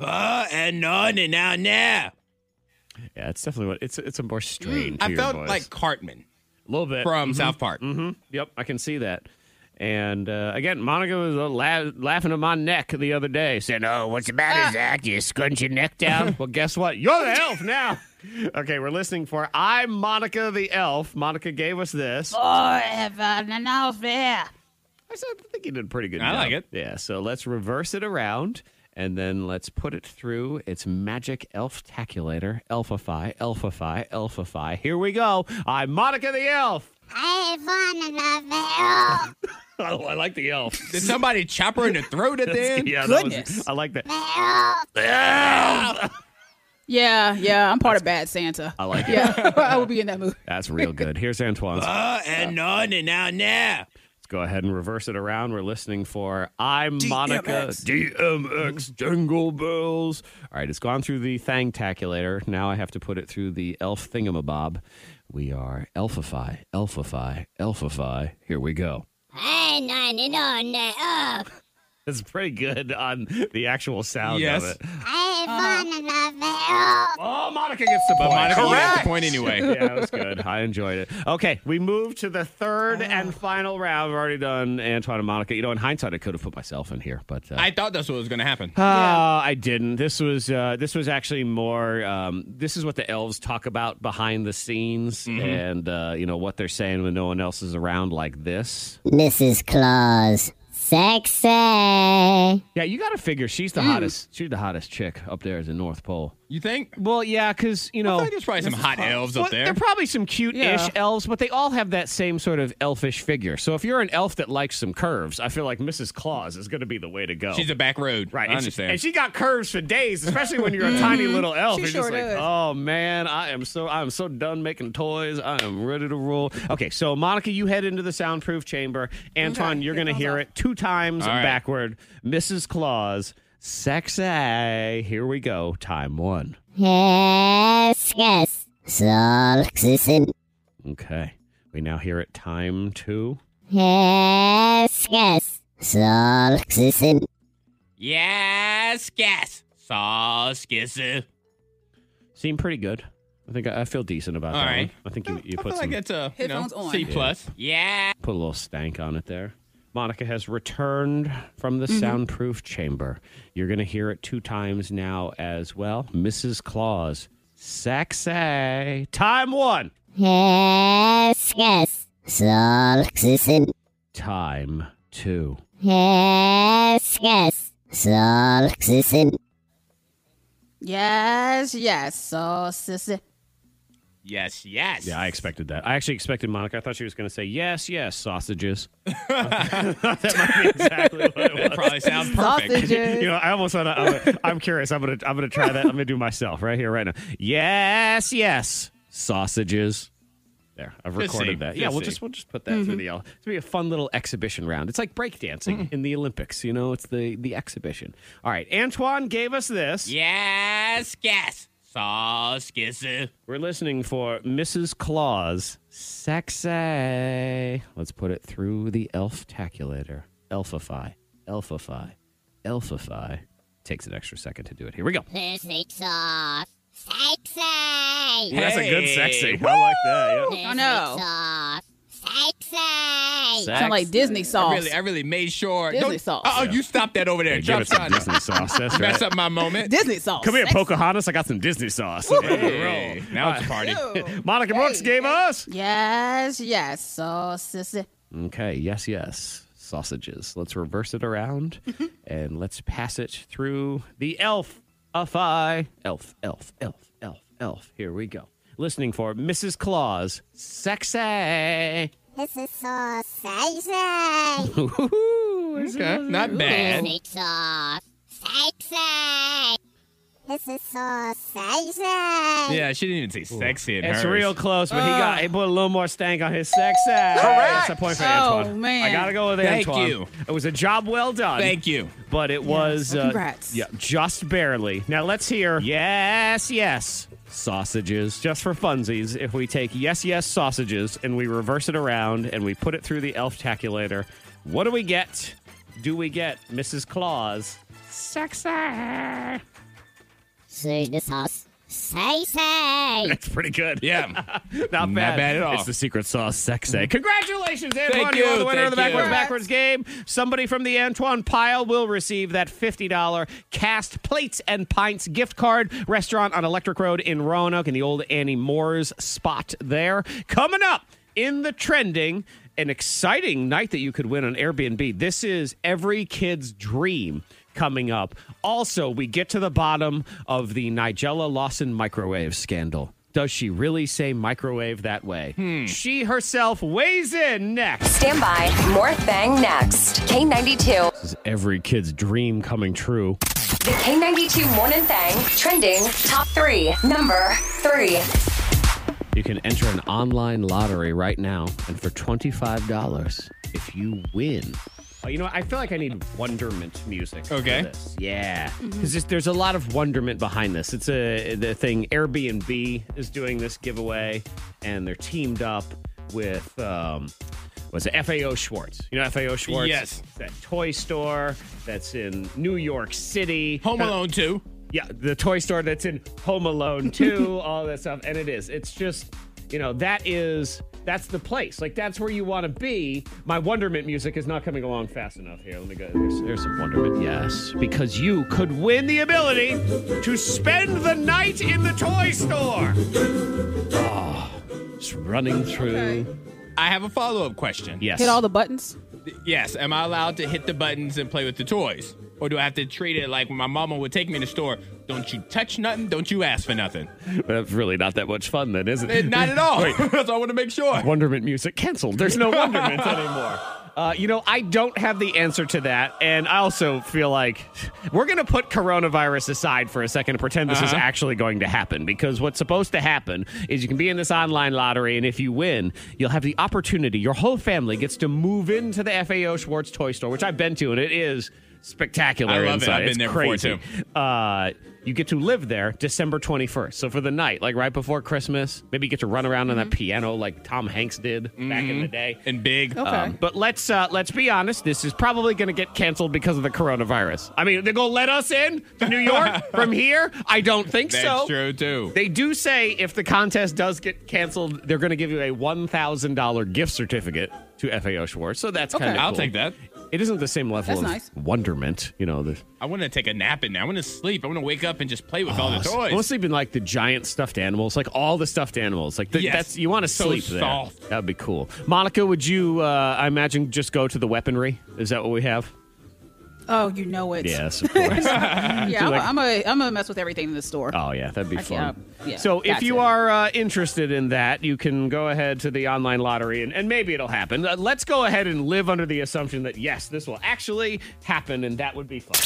E: Uh, and on and now now.
D: Yeah, it's definitely what it's. It's a more strain. to
E: Hmm, I
D: your
E: felt
D: voice.
E: like Cartman
D: a little bit
E: from South Park.
D: hmm Yep, I can see that. And uh, again, Monica was uh, la- laughing at my neck the other day, saying, "Oh, what's the matter, Zach? You scrunch your neck down." well, guess what? You're the elf now. Okay, we're listening for "I'm Monica the Elf." Monica gave us this.
F: Forever and ever.
D: I said- I think you did a pretty good.
E: I
D: job.
E: like it.
D: Yeah. So let's reverse it around, and then let's put it through its magic elf taculator, Elfify, Elfify, Elfify. Here we go. I'm Monica the Elf.
G: I'm Monica
D: Oh, I like the elf.
E: Did somebody chop her in the throat at the end?
D: yeah, That was,
F: Goodness.
D: I like that.
G: the elf.
F: Yeah, yeah. I'm part of Bad Santa.
D: I like it.
F: Yeah, I will be in that movie.
D: That's real good. Here's Antoine's. Let's
E: Uh, and on and now now.
D: go ahead and reverse it around. We're listening for I'm Monica DMX Jingle Bells. All right, it's gone through the Thang Taculator. Now I have to put it through the Elf Thingamabob. We are Elfify, Elfify, Elfify. Here we go.
G: I'm Monica the elf.
D: It's pretty good on the actual sound
E: Yes.
D: of it.
G: I'm
D: Oh, Monica gets the point.
E: Monica, you got
D: Correct.
E: the point anyway.
D: yeah, that was good. I enjoyed it. Okay, we move to the
E: Oh.
D: third and final round. I've already done Antoine and Monica. You know, in hindsight, I could have put myself in here, but uh,
E: I thought that's what was going to happen.
D: Uh, I didn't. This was uh, this was actually more. Um, this is what the elves talk about behind the scenes, and uh, you know what they're saying when no one else is around, like this.
G: Mrs. Claus. Sexy.
D: Yeah, you got to figure she's
E: Mm.
D: the hottest. She's the hottest chick up there at the North Pole.
E: You think?
D: Well, yeah, because you know
E: I think there's probably some hot elves
D: Well,
E: up there.
D: They're probably some cute-ish
F: Yeah.
D: elves, but they all have that same sort of elfish figure. So if you're an elf that likes some curves, I feel like Mrs. Claus is going to be the way to go.
E: She's a back road.
D: Right, and
E: I
D: she,
E: understand. Mm-hmm.
D: and she got curves for days, especially when you're a tiny little elf.
F: She
D: You're
F: sure
D: just like,
F: does.
D: oh man, I am so I'm so done making toys. I am ready to roll. Okay, so Monica, you head into the soundproof chamber. Anton,
F: Okay,
D: you're
F: it
D: gonna
F: falls
D: hear
F: off.
D: it two times
E: All right.
D: backward. Mrs. Claus, sexy. Here we go. Time one.
G: Yes, yes. Solxison.
D: Okay. We now hear it time two.
G: Yes, yes. Solxison.
E: yes, gas. Sauce, kisser.
D: Seem pretty good. I think I, I feel decent about
E: All
D: that.
E: right.
D: One. I think you, you put
E: I feel
D: some
E: like that's a you know,
F: Headphones on.
E: C plus. Yeah.
D: put a little stank on it there. Monica has returned from the
E: Mm-hmm.
D: soundproof chamber. You're going to hear it two times now as well. Mrs. Claus, sexy. Time one.
G: Yes, yes. Solxison.
D: Time two.
G: Yes, yes. Solxison.
F: Yes, yes. So sissy.
E: Yes, yes.
D: Yeah, I expected that. I actually expected Monica. I thought she was going to say, yes, yes, sausages. that might be exactly what it was.
E: That probably sounds perfect.
D: you
F: Sausages.
D: know, I almost want to. I'm, I'm curious. I'm gonna. I'm gonna try that. I'm gonna do myself right here, right now. Yes, yes, sausages. There, I've
E: Just
D: recorded
E: see.
D: that.
E: Just
D: yeah, we'll
E: see.
D: just we'll just put that through the. It's gonna be a fun little exhibition round. It's like breakdancing in the Olympics. You know, it's the the exhibition. All right, Antoine gave us this.
E: Yes, gas. Sauce, kisser.
D: We're listening for Mrs. Claus, sexy. Let's put it through the elf taculator. Elfify, elfify, elfify. Takes an extra second to do it. Here we go.
G: Perfect sauce. Sexy.
D: That's a good
E: Hey.
D: sexy. I like that. Yeah.
F: I know.
G: Sauce. Sexy.
F: Sound like Disney sauce.
E: I really, I really made sure.
F: Disney
E: Don't-
F: sauce.
E: Uh-oh, you stop that over there.
D: Hey, give
E: Jump
D: it some
E: shot.
D: Disney sauce. That's
E: Mess
D: right.
E: up my moment.
F: Disney sauce.
D: Come here,
F: Sexy.
D: Pocahontas. I got some Disney sauce.
E: Hey, now it's a party.
F: Ew.
D: Monica Brooks gave us.
F: Yes, yes. So sissy.
D: Okay. Yes. Yes. Sausages. Let's reverse it around, and let's pass it through the elf. Elf. Elf. Elf. Elf. Elf. Elf. Here we go. Listening for Mrs. Claus. Sexy.
G: Mrs. Sauce. Sexy.
E: Okay, not bad.
G: Perfect sauce. Sexy. Mrs. Sauce. Sexy.
E: Yeah, she didn't even say sexy in
D: It's
E: hers.
D: real close, but he got he put a little more stank on his sex ass. Correct. That's a point for
F: Oh,
D: Antoine.
F: man.
D: I gotta go with
E: Thank
D: Antoine.
E: you.
D: It was a job well done.
E: Thank you.
D: But it was uh,
F: Congrats.
D: yeah, just barely. Now let's hear yes, yes sausages just for funsies. If we take yes, yes sausages and we reverse it around and we put it through the elf taculator, what do we get? Do we get Mrs. Claus? Sexy.
G: Sweet sauce. Sexy.
D: That's pretty good.
E: Yeah.
D: Not bad.
E: bad at all.
D: It's the secret sauce sex egg. Congratulations, Antoine.
E: Thank
D: You, are
E: you,
D: the winner of the
E: thank you.
D: backwards backwards game. Somebody from the Antoine pile will receive that $50 cast plates and pints gift card restaurant on Electric Road in Roanoke in the old Annie Moore's spot there. Coming up in the trending. An exciting night that you could win on Airbnb. This is every kid's dream coming up. Also, we get to the bottom of the Nigella Lawson microwave scandal. Does she really say microwave that way? She herself weighs in next.
H: Stand by. More Thang next. K92.
D: This is every kid's dream coming true.
H: The K92 Morning Thang trending top three. Number three.
D: You can enter an online lottery right now, and for $25, if you win. Oh, you know what? I feel like I need wonderment music. for
E: Okay. Mm-hmm.
D: this. Yeah. Because there's a lot of wonderment behind this. It's a the thing Airbnb is doing this giveaway, and they're teamed up with um, was it FAO Schwartz? You know FAO Schwartz?
E: Yes.
D: That toy store that's in New York City.
E: Home Alone 2.
D: yeah, the toy store that's in Home Alone 2, all that stuff. And it is. It's just, you know, that is that's the place. Like that's where you want to be. My wonderment music is not coming along fast enough here. Let me go. There's, there's some wonderment. Yes, because you could win the ability to spend the night in the toy store. Oh, it's running through.
E: I have a follow up question.
D: Yes.
F: Hit all the buttons.
E: Yes. Am I allowed to hit the buttons and play with the toys? Or do I have to treat it like when my mama would take me to the store? Don't you touch nothing. Don't you ask for nothing.
D: That's really not that much fun, then, is
E: Eh,
D: it?
E: Not at all. That's why I want to make sure.
D: Wonderment music canceled. There's no Wonderment anymore. Uh, you know, I don't have the answer to that, and I also feel like we're going to put coronavirus aside for a second and pretend this is actually going to happen. Because what's supposed to happen is you can be in this online lottery, and if you win, you'll have the opportunity. Your whole family gets to move into the FAO Schwartz Toy Store, which I've been to, and it is spectacular
E: I love it.
D: inside.
E: I've been
D: it's
E: there before,
D: crazy.
E: too.
D: Uh, you get to live there December 21st. So for the night, like right before Christmas, maybe you get to run around on
F: Mm-hmm.
D: that piano like Tom Hanks did back in the
E: Mm-hmm.
D: day.
E: And big.
F: Okay.
D: Um, but let's uh, let's be honest. This is probably going to get canceled because of the coronavirus. I mean, they're going to let us in to New York from here. I don't think
E: That's
D: so.
E: true, too.
D: They do say if the contest does get canceled, they're going to give you a one thousand dollar gift certificate to FAO Schwartz. So that's
F: Okay.
D: kind of
E: I'll take that.
D: It isn't the same level of
F: That's nice.
D: wonderment, you know. The,
E: I want to take a nap in there. I want to sleep. I want to wake up and just play with all the
D: Mostly
E: toys.
D: Mostly been like the giant stuffed animals, like all the stuffed animals. Like the,
E: Yes.
D: that's you want to
E: So
D: sleep
E: soft.
D: there. That'd be cool. Monica, would you? Uh, I imagine just go to the weaponry. Is that what we have?
F: Oh, you know it.
D: Yes, of course.
F: Yeah, I'm, I'm a I'm a mess with everything in the store.
D: oh yeah, that'd be
F: I can't-
D: fun.
F: yeah,
D: so if
F: that's
D: you
F: it.
D: are uh, interested in that, you can go ahead to the online lottery and, and maybe it'll happen. Uh, let's go ahead and live under the assumption that yes, this will actually happen, and that would be fun.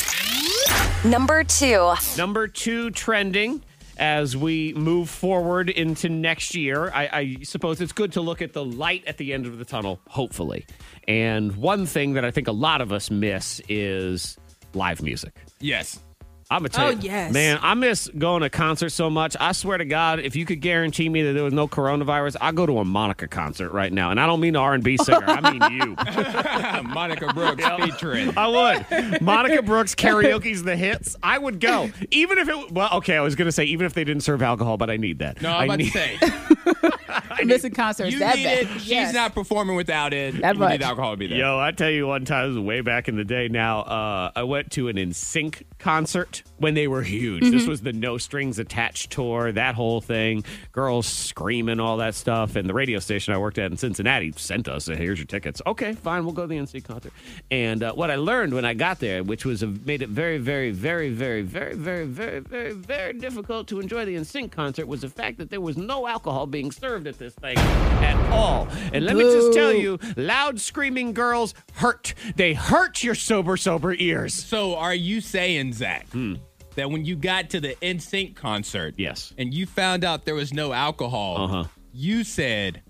H: Number two.
D: Number two trending as we move forward into next year. I, I suppose it's good to look at the light at the end of the tunnel, hopefully. And one thing that I think a lot of us miss is live music.
E: yes.
D: I'm gonna tell
F: Oh,
D: you,
F: yes.
D: man, I miss going to concerts so much. I swear to God, if you could guarantee me that there was no coronavirus, I'd go to a Monica concert right now. And I don't mean the R&B singer, I mean you.
E: Monica Brooks featuring.
D: I would. Monica Brooks karaoke's the hits. I would go, even if it. Well, okay, I was gonna say even if they didn't serve alcohol, but I need that.
E: No,
D: I
E: I'm about
D: need,
E: to say.
F: Missing concerts.
E: You
F: that
E: need
F: bad.
E: it. She's
F: Yes.
E: not performing without it.
F: That
E: you
F: much.
E: need alcohol to be there.
D: Yo, I tell you one time, this was way back in the day. Now, uh, I went to an NSYNC concert when they were huge. This was the No Strings Attached tour, that whole thing. Girls screaming, all that stuff. And the radio station I worked at in Cincinnati sent us, "Hey, here's your tickets. Okay, fine, we'll go to the NSYNC concert. And uh, what I learned when I got there, which was a, made it very, very, very, very, very, very, very, very, very difficult to enjoy the NSYNC concert, was the fact that there was no alcohol being served at this thing at all. And let me just tell
F: Boo.
D: you, loud screaming girls hurt. They hurt your sober, sober ears.
E: So are you saying, Zach,
D: Hmm.
E: that when you got to the NSYNC concert,
D: Yes.
E: and you found out there was no alcohol,
D: Uh-huh.
E: you said,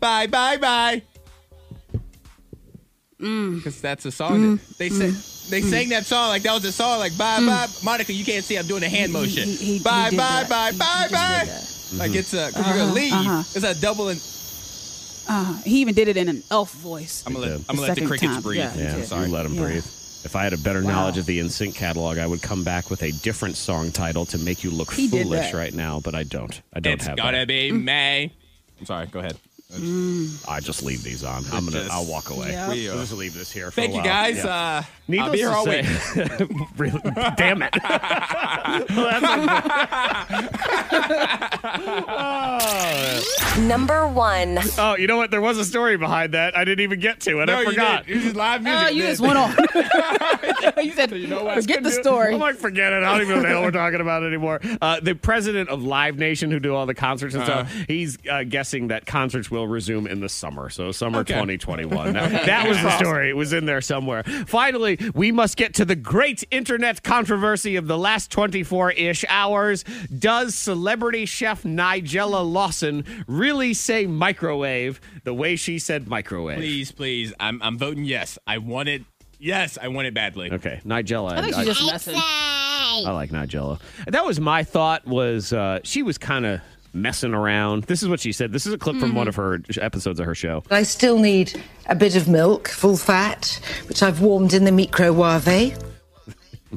E: "Bye, bye, bye,"
F: Mm.
E: because that's a song. That they said they sang that song like that was a song like "Bye, bye." Monica, you can't see I'm doing a hand motion.
F: Mm. he- he- he
E: bye,
F: did
E: bye,
F: that.
E: bye,
F: He- he
E: bye,
F: just did
E: bye.
F: that. Mm-hmm. Uh-huh.
E: Like it's a 'cause you're gonna leave. It's a double and
F: He even did it in an elf voice.
E: I'm gonna let, I'm
F: The
E: gonna let the
F: second
E: crickets
F: time.
E: breathe.
F: Yeah, he Yeah, did.
E: sorry.
D: let 'em
F: Yeah.
D: If I had a better knowledge of the NSYNC catalog, I would come back with a different song title to make you look
F: He did
D: foolish
F: that.
D: right now, but I don't. I don't
E: It's
D: have
E: gotta
D: that.
E: be
F: Mm.
E: May. I'm sorry. Go ahead.
D: I just leave these on. I'm gonna.
E: just-
D: I'll walk away.
F: Yeah.
E: We, uh,
D: We'll just leave this here. For
E: Thank
D: a
E: you
D: while.
E: guys.
D: Yeah.
E: Uh,
D: Needless
E: I'll be here all week.
D: to say, really, damn it. Well, that's a- oh,
H: Number one.
D: Oh, you know what? There was a story behind that. I didn't even get to it. I
E: you
D: forgot.
E: didn't. It was just live music.
F: Oh, you
E: man.
F: just went on. you said,
E: what?
F: forget the
D: Couldn't do it.
F: story.
D: I'm like, forget it. I don't even know what the hell we're talking about anymore. Uh, the president of Live Nation, who do all the concerts and stuff, he's uh, guessing that concerts will resume in the summer. So summer
E: Okay.
D: 2021. That, that was the story. It was in there somewhere. Finally, we must get to the great internet controversy of the last 24-ish hours. Does celebrity chef Nigella Lawson really say microwave the way she said microwave?
E: Please, please. I'm I'm voting yes. I want it. Yes, I want it badly.
D: Okay, Nigella.
F: I think she's just messing.
G: Say.
D: I like Nigella. That was my thought. Was uh, she was kind of messing around? This is what she said. This is a clip
F: Mm-hmm.
D: from one of her episodes of her show.
J: I still need a bit of milk, full fat, which I've warmed in the microwave.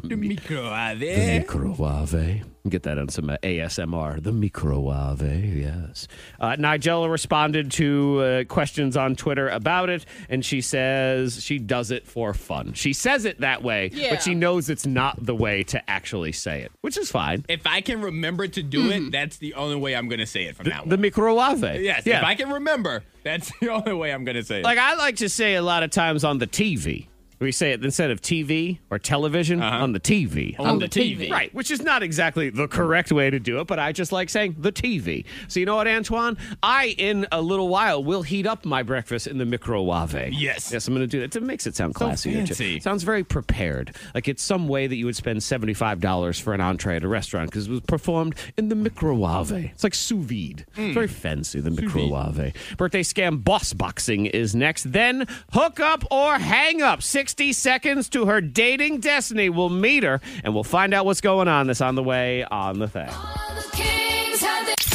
E: The microwave.
D: The microwave. Get that on some uh, ASMR. The microwave, yes. Uh, Nigella responded to uh, questions on Twitter about it, and she says she does it for fun. She says it that way,
F: Yeah.
D: but she knows it's not the way to actually say it, which is fine.
E: If I can remember to do
F: Mm-hmm.
E: it, that's the only way I'm going to say it from now on.
D: The microwave.
E: yes, if I can remember, that's the only way I'm going to say it.
D: Like I like to say a lot of times on the TV. We say it instead of TV or television on the TV.
E: On the TV.
D: Right, which is not exactly the correct way to do it, but I just like saying the TV. So you know what, Antoine? I, in a little while, will heat up my breakfast in the microwave.
E: Yes.
D: Yes, I'm going to do that. It makes it sound classy.
E: fancy.
D: Sounds very prepared. Like it's some way that you would spend $75 for an entree at a restaurant because it was performed in the microwave. It's like sous vide. It's very fancy, the microwave. Birthday scam boss boxing is next. Then hook up or hang up. 60 seconds to her dating destiny. We'll meet her and we'll find out what's going on. That's on the way on the thing.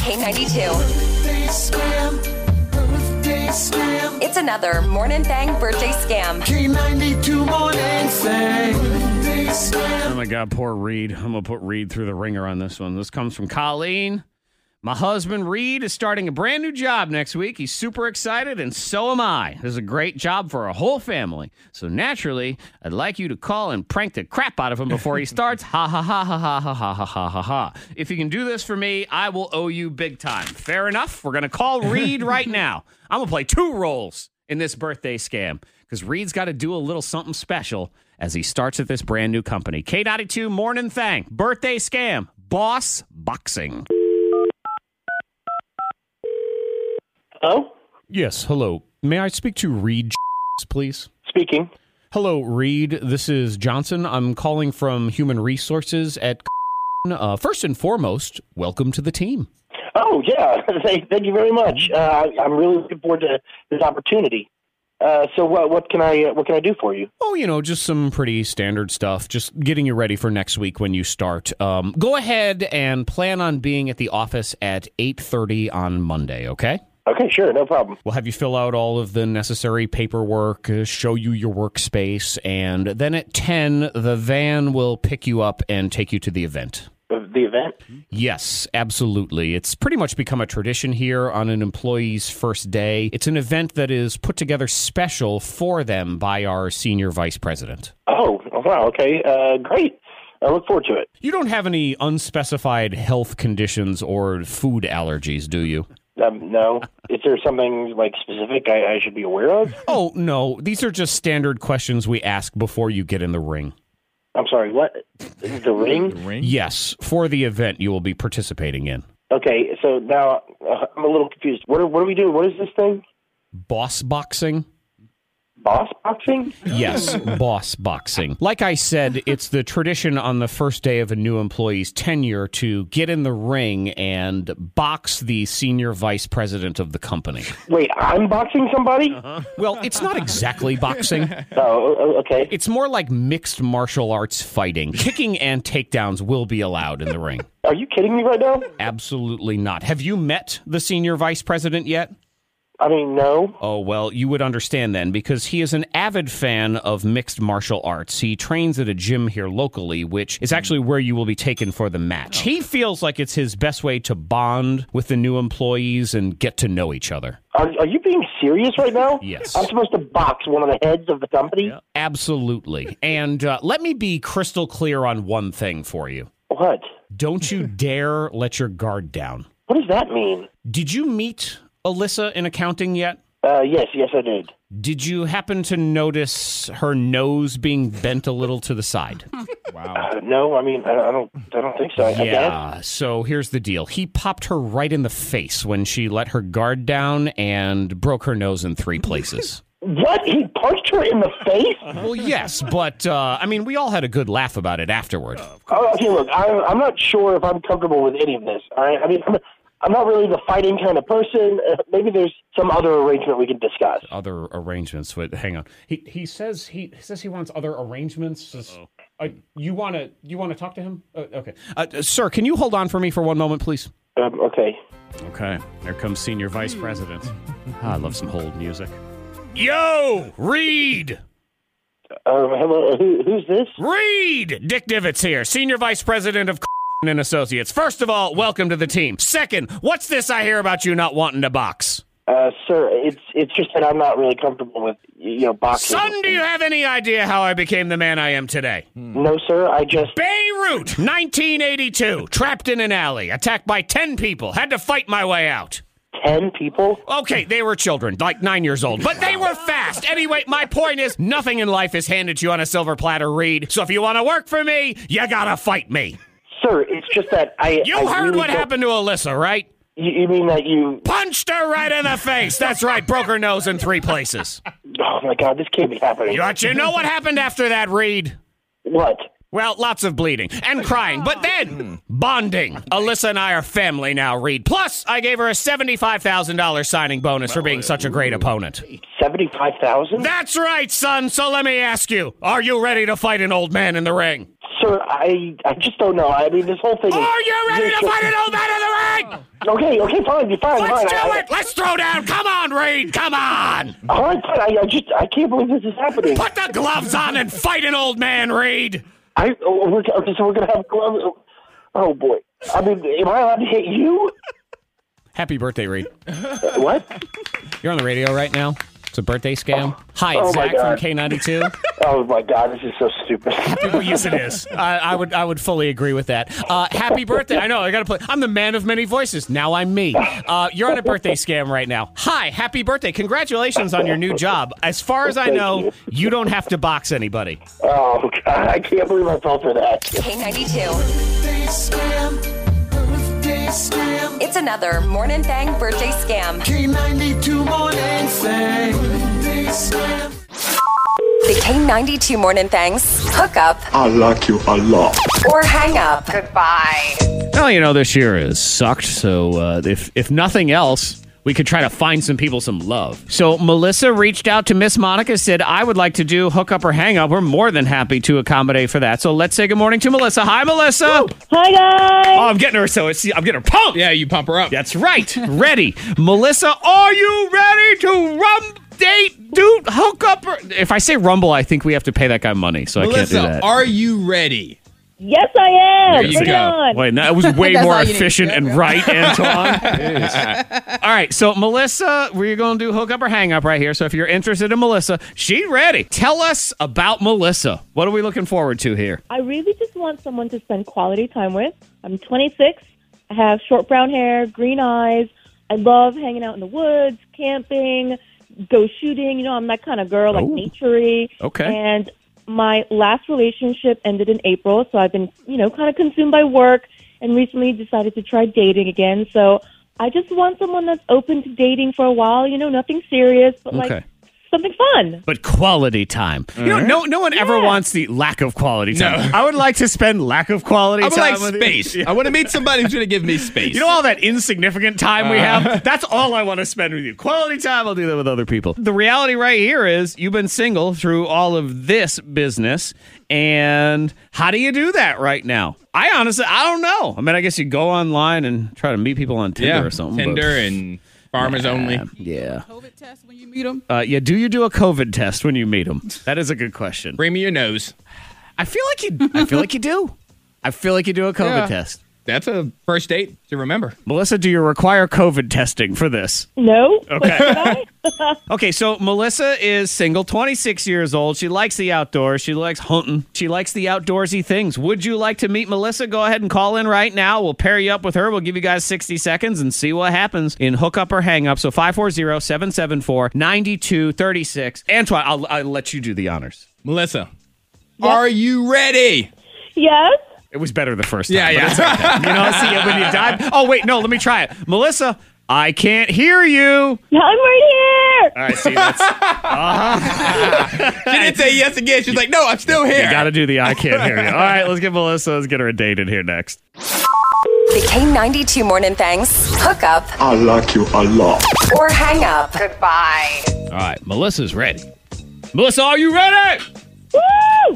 H: K92. It's another Morning Thang birthday scam.
D: Oh my God, poor Reed. I'm going to put Reed through the ringer on this one. This comes from Colleen. My husband Reed is starting a brand new job next week. He's super excited, and so am I. This is a great job for our whole family. So naturally, I'd like you to call and prank the crap out of him before he starts. Ha ha ha ha ha ha ha ha ha ha ha. If you can do this for me, I will owe you big time. Fair enough. We're gonna call Reed right now. I'm gonna play two roles in this birthday scam because Reed's got to do a little something special as he starts at this brand new company. K92 Morning Thang Birthday Scam Boss Boxing.
J: Hello?
D: Yes, hello. May I speak to Reed, please?
J: Speaking.
D: Hello, Reed. This is Johnson. I'm calling from Human Resources at. Uh, first and foremost, welcome to the team.
J: Oh, yeah. thank, thank you very much. Uh, I- I'm really looking forward to this opportunity. Uh, so what, what can I uh, what can I do for you?
D: Oh, you know, just some pretty standard stuff. Just getting you ready for next week when you start. Um, go ahead and plan on being at the office at eight thirty on Monday. Okay.
J: Okay, sure, no problem.
D: We'll have you fill out all of the necessary paperwork, uh, show you your workspace, and then at 10, the van will pick you up and take you to the event.
J: The the event.
D: Yes, absolutely. It's pretty much become a tradition here on an employee's first day. It's an event that is put together special for them by our senior vice president.
J: Oh, wow. Okay, uh, great. I look forward to it.
D: You don't have any unspecified health conditions or food allergies, do you?
J: Um, no, is there something like specific I, I should be aware of?
D: Oh, no. These are just standard questions we ask before you get in the ring.
J: I'm sorry. What? The ring?
D: Yes, for the event you will be participating in.
J: Okay. So now uh, I'm a little confused. What are, what are we doing? What is this thing?
D: Boss boxing?
J: Boss boxing?
D: Yes, boss boxing. Like I said, it's the tradition on the first day of a new employee's tenure to get in the ring and box the senior vice president of the company.
J: Wait, I'm boxing somebody?
D: Well, it's not exactly boxing.
J: Oh, o- okay.
D: It's more like mixed martial arts fighting. Kicking and takedowns will be allowed in the ring.
J: Are you kidding me right now?
D: Absolutely not. Have you met the senior vice president yet?
J: I mean, no.
D: Oh, well, you would understand then because he is an avid fan of mixed martial arts. He trains at a gym here locally, which is actually where you will be taken for the match. He feels like it's his best way to bond with the new employees and get to know each other.
J: Are, are you being serious right now?
D: Yes.
J: I'm supposed to box one of the heads of the company?
D: Absolutely. And uh, let me be crystal clear on one thing for you
J: What?
D: don't you dare let your guard down.
J: What does that mean?
D: Did you meet Alyssa in accounting yet?
J: Uh, yes, yes, I did.
D: Did you happen to notice her nose being bent a little to the side?
J: Uh, no, I mean, I, I don't, I don't think so. I- I guess.
D: Yeah. So here's the deal. He popped her right in the face when she let her guard down and broke her nose in three places.
J: What? He punched her in the face?
D: well, yes, but uh, I mean, we all had a good laugh about it afterward.
J: Oh, okay, look, I'm, I'm not sure if I'm comfortable with any of this. All right, I mean, I'm, I'm not really the fighting kind of person. Uh, maybe there's some other arrangement we can discuss.
D: Other arrangements. With hang on. He he says he says he wants other arrangements. Uh, you want to you want to talk to him? Uh, okay, uh, sir. Can you hold on for me for one moment, please?
J: Um, okay.
D: Okay, there comes senior vice president. Ah, I love some hold music. Yo, Reed.
J: Um, hello, who, who's this?
D: Reed! Dick Divots here, Senior Vice President of and Associates. First of all, welcome to the team. Second, what's this I hear about you not wanting to box?
J: Uh, sir, it's it's just that I'm not really comfortable with you know boxing.
D: Son, do you have any idea how I became the man I am today?
J: No, sir. I just
D: Beirut, 1982. Trapped in an alley, attacked by 10 people, had to fight my way out.
J: ten people.
D: Okay, they were children, like nine years old, but they were fast. Anyway, my point is nothing in life is handed to you on a silver platter, Reed. So if you want to work for me, you gotta fight me.
J: Sir, it's just that I.
D: You
J: I
D: heard
J: really
D: what
J: don't-
D: happened to Alyssa, right?
J: You, you mean that you?
D: Punched her right in the face. That's right, broke her nose in three places.
J: Oh my God, this can't be happening.
D: But you know what happened after that, Reed?
J: What?
D: Well, lots of bleeding and crying, but then bonding. Alyssa and I are family now, Reed. Plus, I gave her a $75,000 signing bonus for being such a great opponent.
J: Seventy-five thousand,
D: That's right, son. So let me ask you Are you ready to fight an old man in the ring?
J: sir. I I just don't know. I mean, this whole thing.
D: Are
J: Is,
D: you ready to fight an old man in the ring?
J: okay, okay, fine, you're fine. fine.
D: Let's do
J: I,
D: it. Let's throw down. Come on, Reed. Come on.
J: I, all right, fine. I, I just I can't believe this is happening.
D: Put the gloves on and fight an old man, Reed.
J: I oh, we're, okay, so we're gonna have gloves. Oh boy. I mean, am I allowed to hit you? Uh,
D: Happy birthday, Reed.
J: What?
D: You're on the radio right now. It's a birthday scam. Hi,
J: Oh,
D: it's
J: my
D: Zach from
J: God.
D: K92.
J: Oh my God, this is so stupid.
D: Well, yes, it is. I, I would, I would fully agree with that. Uh, happy birthday! I know I got to play. I'm the man of many voices. Now I'm me. Uh, you're on a birthday scam right now. Hi, happy birthday! Congratulations on your new job. As far as I
J: Thank
D: know,
J: you.
D: you don't have to box anybody.
J: Oh God, I can't believe I fell for that.
H: K92. It's another Morning Thang birthday scam. The K92 Morning Thangs hook up
K: I like you a lot.
H: or hang up. Goodbye.
L: Well, you know, this year has sucked. So uh, if if nothing else, we could try to find some people some love.
D: So Melissa reached out to Miss Monica, said, "I would like to do hook up or hang up. We're more than happy to accommodate for that." So let's say good morning to Melissa. Hi, Melissa.
G: Hi guys.
D: Oh, I'm getting her. So it's, I'm getting her pumped.
E: Yeah, you pump her up.
D: That's right. Ready. Melissa, are you ready to rum date dude hook up? Or- if I say rumble, I think we have to pay that guy money, so I can't do
E: Melissa,
D: that.
E: are you ready?
G: Yes, I am.
E: There you
G: Bring
E: go.
G: it on.
D: Wait, that was way
F: That's
D: more
F: all you need.
D: efficient and right, Antoine. all right, so Melissa, we're going to do hook up or hang up right here. So if you're interested in Melissa, she ready. Tell us about Melissa. What are we looking forward to here?
G: I really just want someone to spend quality time with. I'm 26. I have short brown hair, green eyes. I love hanging out in the woods, camping, go shooting. You know, I'm that kind of girl, like
D: Oh.
G: naturey.
D: Okay.
G: And my last relationship ended in April, so I've been, you know, kind of consumed by work and recently decided to try dating again. So I just want someone that's open to dating for a while, you know, nothing serious, but
D: Okay.
G: like something fun.
D: But quality time. You know, no, no one ever
G: Yeah.
D: wants the lack of quality time.
E: No.
D: I would like to spend lack of quality
E: I would
D: time
E: like
D: with you.
E: space. I want to meet somebody who's going to give me space.
D: You know all that insignificant time we have? That's all I want to spend with you. Uh. Quality time, I'll do that with other people. The reality right here is you've been single through all of this business. And how do you do that right now? I honestly, I don't know. I mean, I guess you go online and try to meet people on Tinder
E: yeah,
D: or something. but-
E: Tinder and farmers only.
D: yeah.
F: COVID test when you meet them.
D: Uh, yeah. Do you do a COVID test when you meet them? That is a good question.
E: Bring me your nose.
D: I feel like you. I feel like you do. I feel like you do a COVID
E: Yeah.
D: test.
E: That's a first date to remember.
D: Melissa, do you require COVID testing for this?
G: No?
D: Okay. okay, so Melissa is single, 26 years old. She likes the outdoors. She likes hunting. She likes the outdoorsy things. Would you like to meet Melissa? Go ahead and call in right now. We'll pair you up with her. We'll give you guys 60 seconds and see what happens in hook up or hang up. So 540 774 9236. Antoine, I'll, I'll let you do the honors.
E: Melissa, are you ready?
G: yes?
D: It was better the first time.
E: Yeah,
D: but
E: yeah.
D: it's okay. you know, see when you dive. Oh, wait, no, let me try it. Melissa, I can't hear you.
G: I'm right here.
D: All right, see, that's.
E: She didn't say yes again. She's like, no, I'm still here.
D: You got to do the I can't hear you. All right, let's get Melissa. Let's get her a date in here next.
H: The K92 Morning Thangs hook up
K: I like you a lot.
H: or hang up. Goodbye.
L: All right, Melissa's ready. Melissa, are you ready?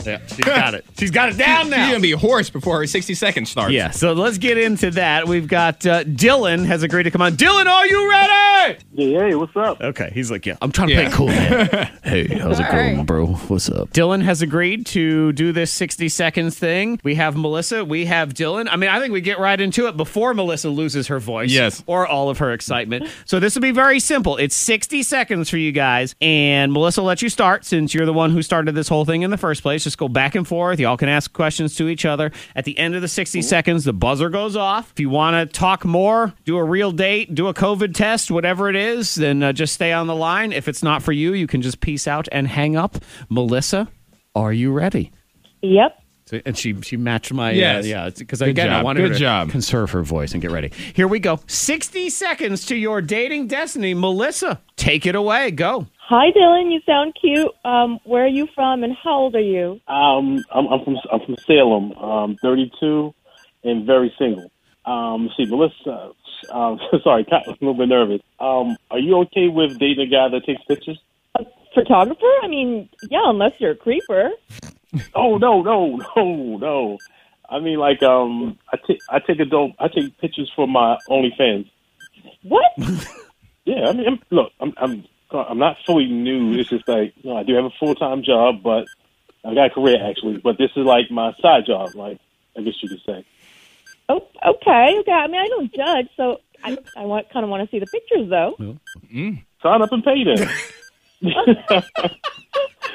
D: Yeah, she's got it. She's got it down now.
E: She's gonna be hoarse before her 60 seconds starts.
D: Yeah, so let's get into that. We've got uh, Dylan has agreed to come on. Dylan, are you ready?
M: Yeah, hey, what's up?
D: Okay, he's like, yeah, I'm trying to play cool. Man. hey, how's it going, bro? What's up? Dylan has agreed to do this 60 seconds thing. We have Melissa, we have Dylan. I mean, I think we get right into it before Melissa loses her voice
E: Yes.
D: or all of her excitement. So this will be very simple. It's 60 seconds for you guys, and Melissa will let you start since you're the one who started this whole thing in the first place. Just go back and forth. Y'all can ask questions to each other. At the end of the 60 seconds, the buzzer goes off. If you want to talk more, do a real date, do a COVID test, whatever it is, then uh, just stay on the line. If it's not for you, you can just peace out and hang up. Melissa, are you ready?
G: Yep.
D: So- and she she matched my
E: Yes.
D: uh, yeah because
E: Good
D: again I
E: job,
D: wanted
E: good
D: her to
E: job.
D: conserve her voice and get ready. Here we go. Sixty seconds to your dating destiny, Melissa. Take it away. Go.
G: Hi, Dylan. You sound cute. Um, where are you from, and how old are you?
M: Um, I'm, I'm from I'm from Salem. Um, 32, and very single. Um, let's see, Melissa. Um, sorry, Kat, I'm a little bit nervous. Um, are you okay with dating a guy that takes pictures?
G: Photographer? I mean, yeah, unless you're a creeper.
M: Oh no, no, no, no. I mean, like, um, I take I take adult I take pictures for my OnlyFans.
G: What?
M: Yeah, I mean, I'm, look, I'm I'm I'm not fully new. It's just like, you know, I do have a full time job, but I got a career actually. But this is like my side job, like I guess you could say.
G: Oh, okay, okay. I mean, I don't judge, so I, I want kind of want to see the pictures though.
M: Sign up and pay them.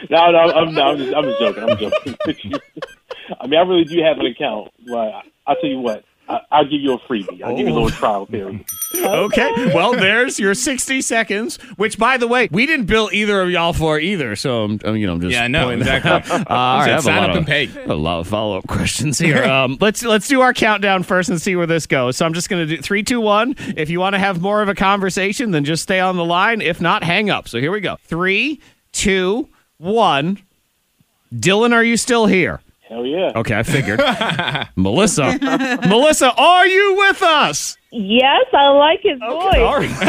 M: no, no, I'm, no, I'm just I'm just joking. I'm joking. I mean, I really do have an account. Like, I- I'll tell you what, I, I'll give you a freebie. I'll give you a
D: Oh.
M: little trial period.
D: Okay. Well, there's your sixty seconds. Which, by the way, we didn't bill either of y'all for either. So I'm, I'm you know I'm just
E: Yeah, I know,
D: pointing that
E: exactly.
D: out. Uh, all right, I have a
E: Sign
D: lot
E: up
D: of-
E: and pay.
D: A lot of follow up questions here. Um, let's let's do our countdown first and see where this goes. So I'm just gonna do three, two, one. If you want to have more of a conversation, then just stay on the line. If not, hang up. So here we go. Three, two, one. Dylan, are you still here?
M: Hell yeah.
D: Okay, I figured. Melissa, Melissa, are you with us?
G: Yes, I like his voice.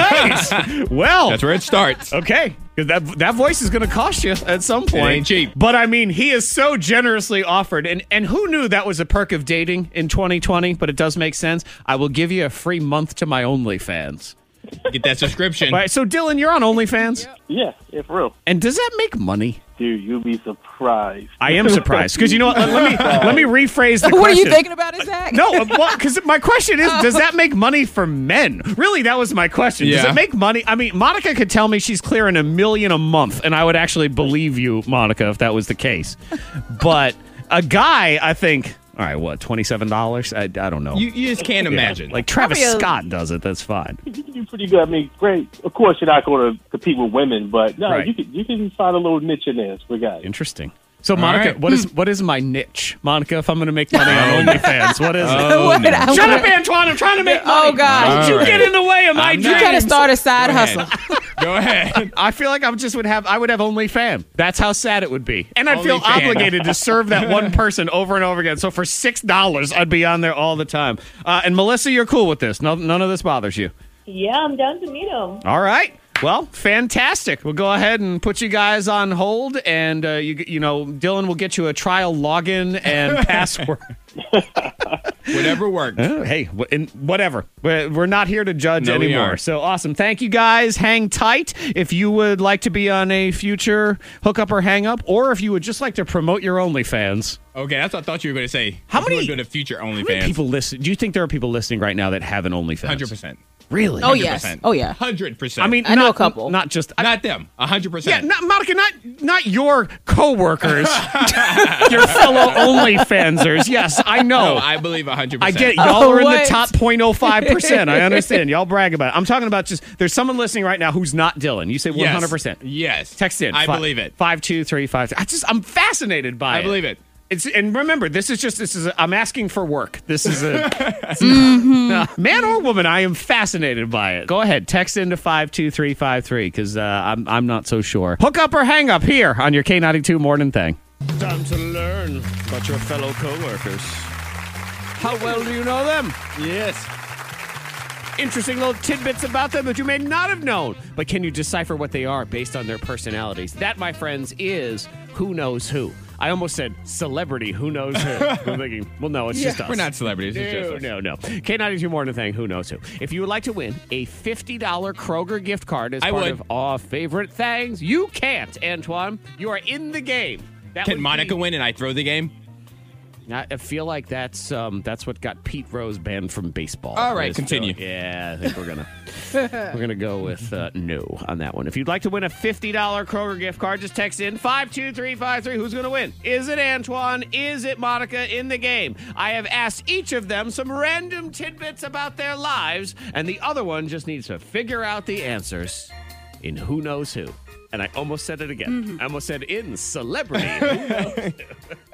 D: Nice. well, that's
E: where it starts.
D: Okay, because that that voice is going to cost you at some point.
E: ain't cheap.
D: But I mean, he is so generously offered, and and who knew that was a perk of dating in 2020? But it does make sense. I will give you a free month to my OnlyFans.
E: Get that subscription.
D: All right, so Dylan, you're on OnlyFans,
M: Yeah, yeah, for real.
D: and does that make money?
M: Dude, you'll be surprised.
D: I am surprised because you know what? Let, let me let me rephrase the question.
F: what are you thinking about it, Zach?
D: No, because my question is, does that make money for men? Really, that was my question. Does
E: Yeah.
D: it make money? I mean, Monica could tell me she's clearing a million a month, and I would actually believe you, Monica, if that was the case. But a guy, I think, all right, what, $27? I, I don't know.
E: You, you just can't
D: Yeah,
E: imagine.
D: Like Travis
F: Probably a-
D: Scott does it. That's fine.
M: You can do pretty good. I mean, great. Of course, you're not going to compete with women, but no,
D: Right.
M: you can you can find a little niche in there for guys.
D: Interesting. So, Monica,
E: right. Oh.
D: what is what is my niche, Monica? If I'm going to make money on OnlyFans, what is it?
F: What? I
D: Shut
F: want-
D: up, Antoine! I'm trying to make money.
F: Oh God!
D: you get in the way of my
E: I'm
D: dream.
E: not-
F: You gotta start a side
E: Go
F: hustle.
E: ahead. Go ahead.
D: I feel like I would just would have I would have only fam. That's how sad it would be. And I'd feel
E: OnlyFam.
D: obligated to serve that one person over and over again. So for six dollars, I'd be on there all the time. Uh, and Melissa, you're cool with this. No, none of this bothers you.
G: Yeah, I'm down to meet him.
D: All right. Well, fantastic. We'll go ahead and put you guys on hold, and uh, you you know Dylan will get you a trial login and password.
E: Whatever works.
D: Oh, hey, wh- and whatever. We're we're not here to judge
E: No, we
D: anymore.
E: aren't.
D: So awesome. Thank you guys. Hang tight. If you would like to be on a future hookup or hang up, or if you would just like to promote your OnlyFans.
E: Okay, that's what I thought you were going to say.
D: How
E: If you
D: many-
E: wanna do the future
D: How many
E: OnlyFans?
D: people listen? Do you think there are people listening right now that have an OnlyFans?
E: Hundred percent.
D: Really?
F: Oh yes. Oh yeah.
E: Hundred percent.
D: I mean,
F: I know
D: not-
F: a couple.
D: Not just. I,
E: not them. hundred
D: yeah,
E: percent.
D: not, Monica, not not your coworkers, your fellow OnlyFansers. Yes, I know.
E: No, I believe hundred
D: I
E: percent.
D: get it. y'all
F: Oh,
D: are in the
F: what?
D: top 0.05 percent. I understand. Y'all brag about it. I'm talking about just there's someone listening right now who's not Dylan. You say 100 percent.
E: Yes.
D: Text in.
E: I
D: Fi-
E: believe it.
D: Five two three five. th- I just I'm fascinated by it.
E: I believe it.
D: It's and remember this is just this is a, I'm asking for work. This is a man or woman. I am fascinated by it. Go ahead, text into five two three five three because uh, I'm I'm not so sure. Hook up or hang up here on your K ninety two morning thing. Time to learn about your fellow coworkers. How well do you know them?
E: Yes.
D: interesting little tidbits about them that you may not have known. But can you decipher what they are based on their personalities? That, my friends, is Who Knows Who. I almost said celebrity. Who knows who? I'm thinking, well, no, it's
E: Yeah.
D: just us.
E: We're not celebrities,
D: No,
E: it's just us.
D: no, no. K92 Morning Thing. Who knows who? If you would like to win a $50 Kroger gift card as
E: I
D: part
E: would.
D: of our favorite things, you can't, Antoine. You are in the game. That
E: Can
D: would
E: Monica
D: be-
E: win and I throw the game?
D: I I feel like that's um, that's what got Pete Rose banned from baseball.
E: All right,
D: Is-
E: continue.
D: Yeah, I think we're gonna we're gonna go with uh, no on that one. If you'd like to win a fifty dollar Kroger gift card, just text in five two three five three. Who's gonna win? Is it Antoine? Is it Monica in the game? I have asked each of them some random tidbits about their lives, and the other one just needs to figure out the answers in who knows who. And I almost said it again.
E: Mm-hmm.
D: I almost said in celebrity.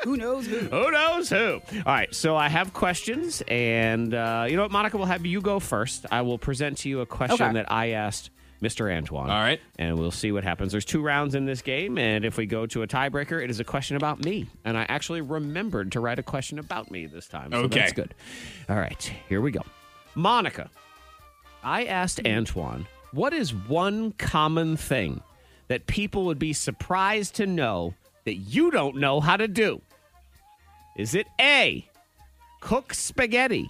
F: Who knows who?
D: Who knows who? All right, so I have questions, and uh, you know what, Monica, we'll have you go first. I will present to you a question
F: Okay.
D: that I asked Mr. Antoine. All right. And we'll see what happens. There's two rounds in this game, and if we go to a tiebreaker, it is a question about me. And I actually remembered to write a question about me this time. So
E: Okay.
D: That's good. All right, here we go. Monica, I asked Antoine, what is one common thing that people would be surprised to know that you don't know how to do? Is it A, cook spaghetti,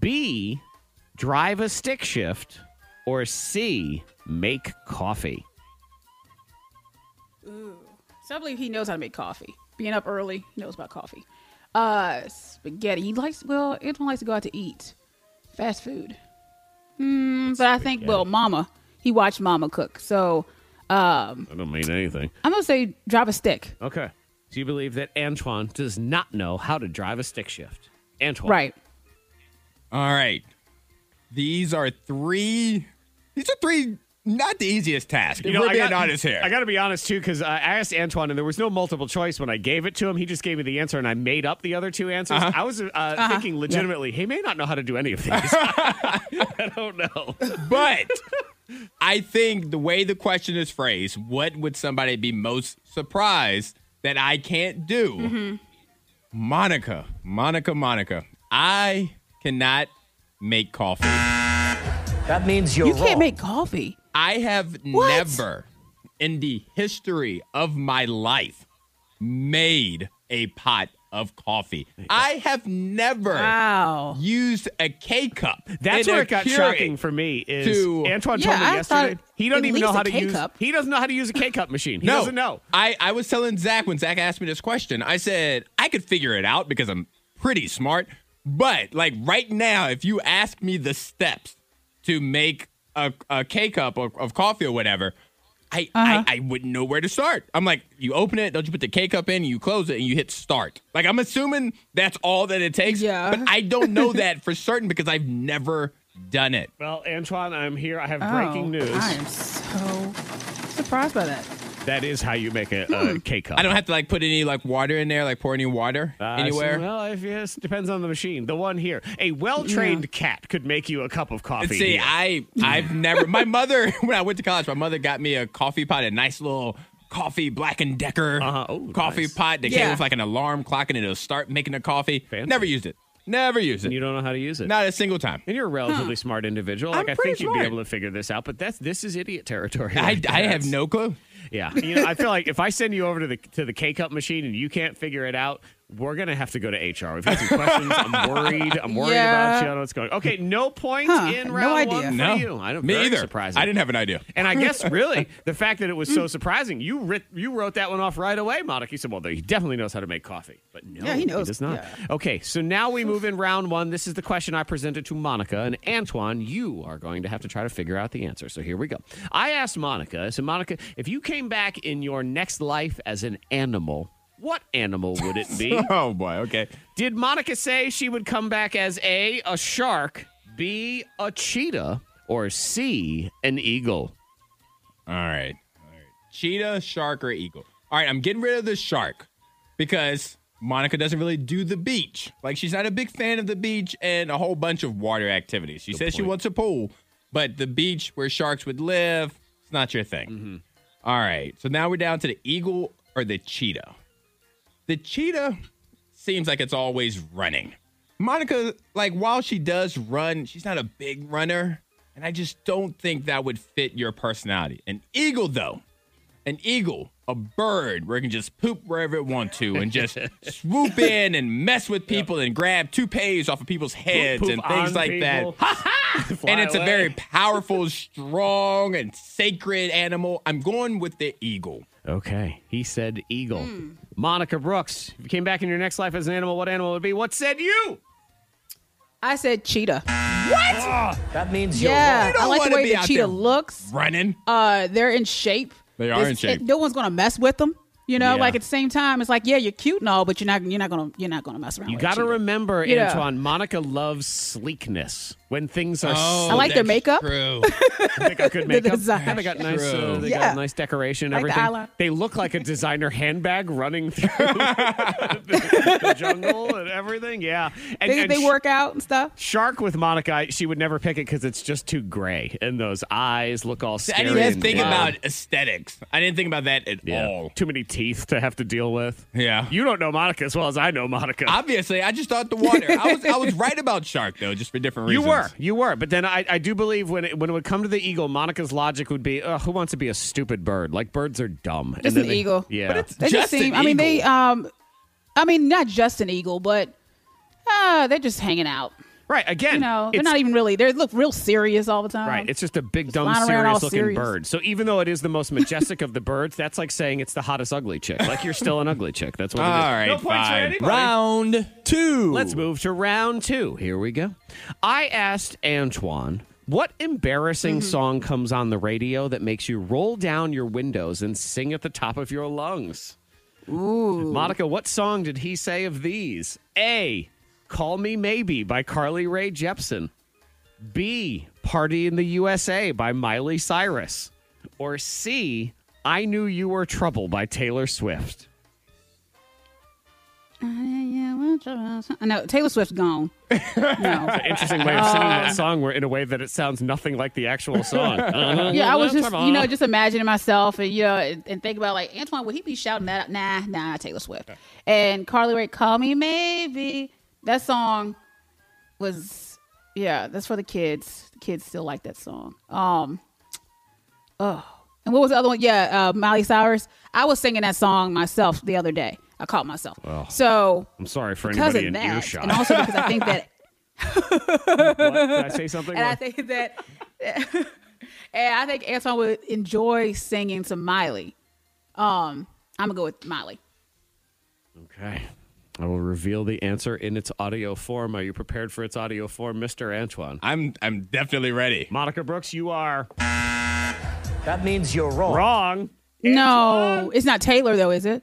D: B, drive a stick shift, or C, make coffee?
F: So I believe he knows how to make coffee. Being up early, he knows about coffee. Uh, spaghetti. He likes. Well, Antoine likes to go out to eat fast food. Mm, but I think, well, Mama. He watched Mama cook, so um,
D: I don't mean anything.
F: I'm gonna say drop a stick.
D: Okay. So you believe that Antoine does not know how to drive a stick shift? Antoine.
F: Right.
E: All right. These are three. These are three. Not the easiest task.
D: You know,
E: We're
D: I
E: being
D: got-
E: honest here.
D: I got to be honest too, because I asked Antoine, and there was no multiple choice when I gave it to him. He just gave me the answer, and I made up the other two answers.
E: Uh-huh.
D: I was uh, thinking legitimately, he may not know how to do any of these. I don't know.
E: but I think the way the question is phrased, what would somebody be most surprised that I can't do?
D: Mm-hmm.
E: Monica, Monica, Monica, I cannot make coffee. That means
F: you can't make coffee.
E: I have
F: What?
E: never in the history of my life made a pot of coffee. I have never
F: Wow.
E: used a K cup.
D: That's
E: in
D: where
E: a
D: it got
E: Keurig.
D: shocking for me. Is
E: to-
D: Antoine
E: Yeah,
D: told me
E: I thought
D: yesterday he
E: at
D: doesn't even know
E: least
D: how
E: a
D: to use
E: K-cup.
D: he doesn't know how to use a K cup machine. He
E: no,
D: doesn't know.
E: I, I was telling Zach when Zach asked me this question, I said I could figure it out because I'm pretty smart. But like right now, if you ask me the steps to make a, a K cup of, of coffee or whatever, I, I I wouldn't know where to start. I'm like, you open it, don't you put the K cup in, you close it, and you hit start. Like I'm assuming that's all that it takes.
F: Yeah.
E: But I don't know that for certain because I've never done it.
D: Well, Antoine, I'm here. I have
F: Oh,
D: breaking news.
F: I am so surprised by that.
D: That is how you make
E: Hmm.
D: a, a K cup.
E: I don't have to like put any like water in there, like pour any water anywhere.
D: Uh, well, if, yes, depends on the machine. The one here, a well-trained cat could make you a cup of coffee.
E: See,
D: here.
E: I I've never. My mother, when I went to college, my mother got me a coffee pot, a nice little coffee Black and Decker coffee
D: Uh-huh. Oh, nice.
E: pot that
F: Yeah.
E: came with like an alarm clock, and it'll start making the coffee. Never used it. Never used it.
D: you don't know how to use it.
E: Not a single time.
D: And you're a relatively smart individual.
E: I'm
D: Like I
E: pretty
D: think you'd be
E: smart.
D: able to figure this out, but that's this is idiot territory.
E: I,
D: right
E: I
D: there.
E: have no clue.
D: Yeah, you know, I feel like if I send you over to the to the K cup machine and you can't figure it out, we're gonna have to go to HR. We've got some questions. I'm worried. I'm worried
F: Yeah.
D: about you. I don't know what's going. on. Okay, no points
F: Huh,
D: in
F: no
D: round one
F: idea.
D: for
E: No,
D: you. I don't.
E: me
D: very
E: either.
D: Surprising.
E: I didn't have an idea.
D: And I guess really the fact that it was so surprising, you writ- you wrote that one off right away, Monica. You said, "Well, he definitely knows how to make coffee," but no,
F: Yeah, he knows.
D: does not. Okay, so now we move in round one. This is the question I presented to Monica and Antoine. You are going to have to try to figure out the answer. So here we go. I asked Monica. I said, "Monica, if you came back in your next life as an animal, what animal would it be?"
E: Oh boy. Okay.
D: Did Monica say she would come back as a a shark, b a cheetah, or c an eagle?
E: All right. All right. Cheetah, shark, or eagle. All right. I'm getting rid of the shark because Monica doesn't really do the beach. Like, she's not a big fan of the beach and a whole bunch of water activities. She says she wants a pool, but the beach where sharks would live, it's not your thing. All right. So now we're down to the eagle or the cheetah. The cheetah seems like it's always running. Monica, like, while she does run, she's not a big runner. And I just don't think that would fit your personality. An eagle, though, an eagle, a bird where it can just poop wherever it wants to and just swoop in and mess with people and grab toupees off of people's heads
A: poop
E: and things
A: on
E: like
A: people.
E: that. and it's a very powerful, strong, and sacred animal. I'm going with the eagle.
D: Okay. He said eagle.
F: Hmm.
E: Mm.
D: Monica Brooks, if you came back in your next life as an animal, what animal would it be? What said you?
F: I said cheetah.
E: What?
D: Ah, that means
F: Yeah, I like the way the
E: out
F: cheetah
E: there
F: looks.
E: Running.
F: Uh, they're in shape.
E: They are in shape.
F: it- no one's gonna mess with them. You know,
D: Yeah.
F: like at the same time, it's like yeah, you're cute and all, but you're not you're not gonna you're not gonna mess around.
D: You
F: with
D: got
F: a
D: to
F: cheetah.
D: remember,
F: Yeah.
D: Antoine, Monica loves sleekness when things are.
F: Oh,
D: sleek.
F: I like their that's makeup.
E: True.
D: they got good
F: The
D: makeup.
F: design.
D: Yeah, they got nice. Uh,
F: True.
D: they
F: Yeah.
D: got nice decoration. and
F: Like the
D: Everything.
F: eyeliner.
D: they look like a designer handbag running through the, the jungle and everything. Yeah, and,
F: they,
D: and
F: they
D: sh-
F: work out and stuff.
D: Shark with Monica, she would never pick it because it's just too gray, and those eyes look all
E: I
D: scary.
E: didn't even
D: and
E: think
D: wild.
E: about aesthetics. I didn't think about that at
D: Yeah.
E: all.
D: Too many teeth to have to deal with.
E: Yeah.
D: You don't know Monica as well as I know Monica.
E: Obviously, I just thought the water. I was I was right about shark though, just for different reasons.
D: You were, you were, but then I, I do believe when it, when it would come to the eagle, Monica's logic would be, Ugh, "Who wants to be a stupid bird? Like birds are dumb."
F: Just
D: then
F: an
D: they-
F: eagle.
D: yeah.
F: They just seem. I mean, they. Um, I mean, not just an eagle, but uh, they're just hanging out.
D: Right. Again,
F: you know, they're
D: it's-
F: not even really. They look real serious all the time.
D: Right, it's just a big, dumb,
F: flying around all
D: serious-looking
F: serious.
D: bird. So even though it is the most majestic of the birds, that's like saying it's the hottest ugly chick. Like you're still an ugly chick. That's what.
E: All
D: it is.
E: right,
D: no points for
E: fine.
D: anybody.
E: Round two.
D: Let's move to round two. Here we go. I asked Antoine, what embarrassing song comes on the radio that makes you roll down your windows and sing at the top of your lungs?
F: Ooh.
D: Monica, what song did he say of these? A. Call Me Maybe by Carly Rae Jepsen. B. Party in the USA by Miley Cyrus. Or C. I Knew You Were Trouble by Taylor Swift.
F: No, Taylor Swift's gone. No.
D: Interesting way of singing that song where, in a way that it sounds nothing like the actual song.
F: Uh,
D: Uh-huh.
F: Yeah, I was just, you know, just imagining myself and, you know, and, and think about like, Antoine, would he be shouting that? out? Nah, nah, Taylor Swift. And Carly Rae, Call Me Maybe. That song was, yeah, that's for the kids. The kids still like that song. Um, oh. And what was the other one? Yeah, uh, Miley Cyrus. I was singing that song myself the other day. I caught myself.
D: Well,
F: so,
D: I'm sorry for
F: because
D: anybody
F: of
D: in
F: that,
D: earshot.
F: and also because I think that
D: What? Did I say something?
F: and I think that, and I think Antoine would enjoy singing to Miley. Um, I'm gonna go with Miley.
D: Okay. I will reveal the answer in its audio form. Are you prepared for its audio form, Mr. Antoine?
E: I'm I'm definitely ready.
D: Monica Brooks, you are
F: That means you're
D: wrong. Wrong.
F: No, it's not Taylor though, is it?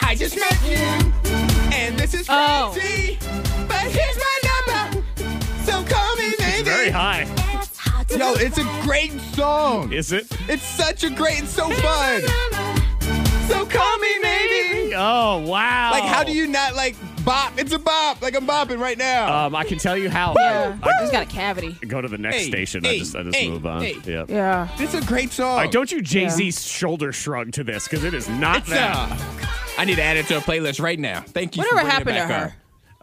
E: I just met you, and this is
F: Oh.
E: crazy. But here's my number, so call me baby.
D: very high.
E: Yo, it's a great song.
D: Is it?
E: It's such a great and so fun. So call me maybe.
D: Oh wow!
E: Like, how do you not like bop? It's a bop. Like I'm bopping right now.
D: Um, I can tell you how.
F: Yeah, I just got a cavity.
D: Go to the next
E: Hey,
D: station. I
E: hey,
D: just I just
E: hey,
D: move on.
E: hey.
D: Yeah.
F: Yeah.
E: It's a great song.
D: All right, don't you Jay Z shoulder shrug to this because it is not
E: It's,
D: that.
E: uh, I need to add it to a playlist right now. Thank you. for
F: Whatever
E: bringing it
F: happened to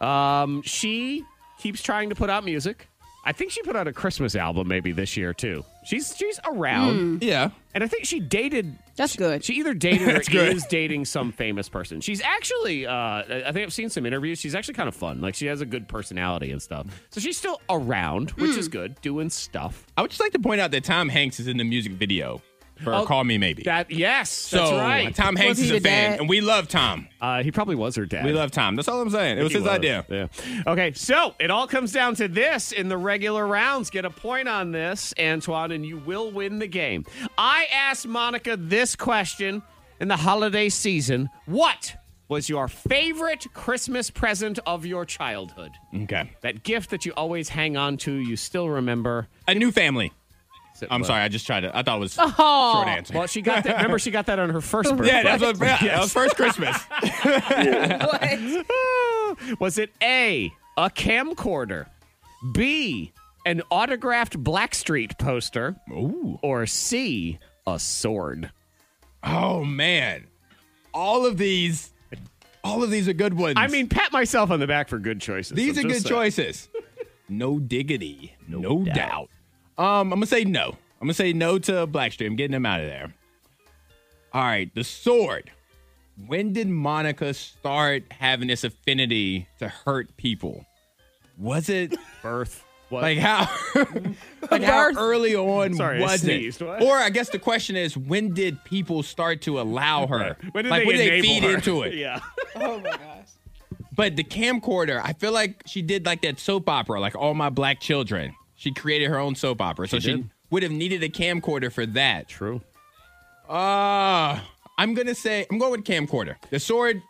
E: back
F: her?
D: Um, she keeps trying to put out music. I think she put out a Christmas album maybe this year too. She's she's around,
E: up. Yeah.
D: and I think she dated.
F: That's good.
D: She either dated or
E: That's good.
D: is dating some famous person. She's actually, uh, I I think I've seen some interviews. She's actually kind of fun. Like she has a good personality and stuff. So she's still around, which
E: Hmm.
D: is good, doing stuff.
E: I would just like to point out that Tom Hanks is in the music video for
D: Oh,
E: Call Me Maybe.
D: That yes,
E: so
D: that's right.
E: Tom Hanks
F: he
E: is a
F: the
E: fan,
F: dad?
E: and we love Tom.
D: Uh, he probably was her dad.
E: We love Tom. That's all I'm saying. It was
D: He
E: his idea.
D: Yeah. Okay, so it all comes down to this in the regular rounds. Get a point on this, Antoine, and you will win the game. I asked Monica this question in the holiday season What was your favorite Christmas present of your childhood?
E: Okay.
D: That gift that you always hang on to, you still remember.
E: A new family.
D: So-
E: I'm
D: well-
E: sorry. I just tried to. I thought it was
F: Oh.
E: short answer.
D: Well, she got that. Remember, she got that on her first birthday.
E: yeah, that's what. Yeah, that was first Christmas.
D: Was it A, a camcorder, B, an autographed Blackstreet poster,
E: Ooh.
D: or C, a sword?
E: Oh man, all of these, all of these are good ones.
D: I mean, pat myself on the back for good choices.
E: these
D: I'm
E: are
D: just
E: good
D: saying.
E: choices. No diggity, no, doubt.
D: doubt.
E: Um, I'm gonna say no. I'm gonna say no to Blackstream. I'm getting him out of there. All right, the sword. When did Monica start having this affinity to hurt people? Was it birth? Like how? like how early on
A: Sorry, I
E: was
A: sneezed.
E: it?
A: What?
E: Or I guess the question is, when did people start to allow her?
A: When did
E: like
A: they
E: when did they
A: enable
E: feed
A: her?
E: into it?
A: Yeah.
F: Oh my gosh.
E: But the camcorder, I feel like she did like that soap opera, like All My Black Children. She created her own soap opera. So
A: She
E: she,
A: did.
E: would have needed a camcorder for that.
A: True.
E: Uh, I'm going to say, I'm going with camcorder. The sword,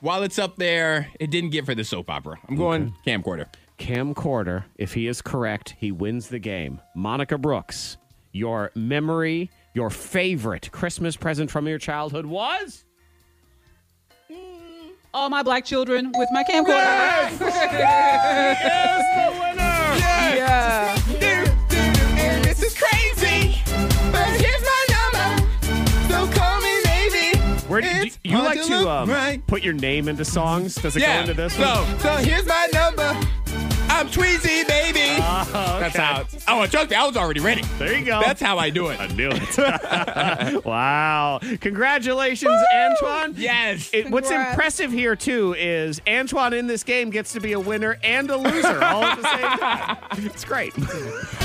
E: while it's up there, it didn't get for the soap opera. I'm going camcorder.
D: Camcorder, if he is correct, he wins the game. Monica Brooks, your memory, your favorite Christmas present from your childhood was?
F: All my black children with my camcorder.
C: Yes.
F: Yeah.
C: And this is crazy, but here's my number. So call me maybe.
D: Where do you,
C: It's
D: you
C: hard
D: like
C: look
D: to um,
C: right.
D: put your name into songs? Does it go into this
E: so,
D: one?
E: So here's my number. I'm Tweezy, baby. That's how. Oh, and trust me, I was already ready.
D: There you go.
E: That's how I do it. I
D: knew it. wow. Congratulations, Antoine.
E: Yes.
D: It, what's
F: Congrats.
D: impressive here, too, is Antoine in this game gets to be a winner and a loser all at the same time. It's great.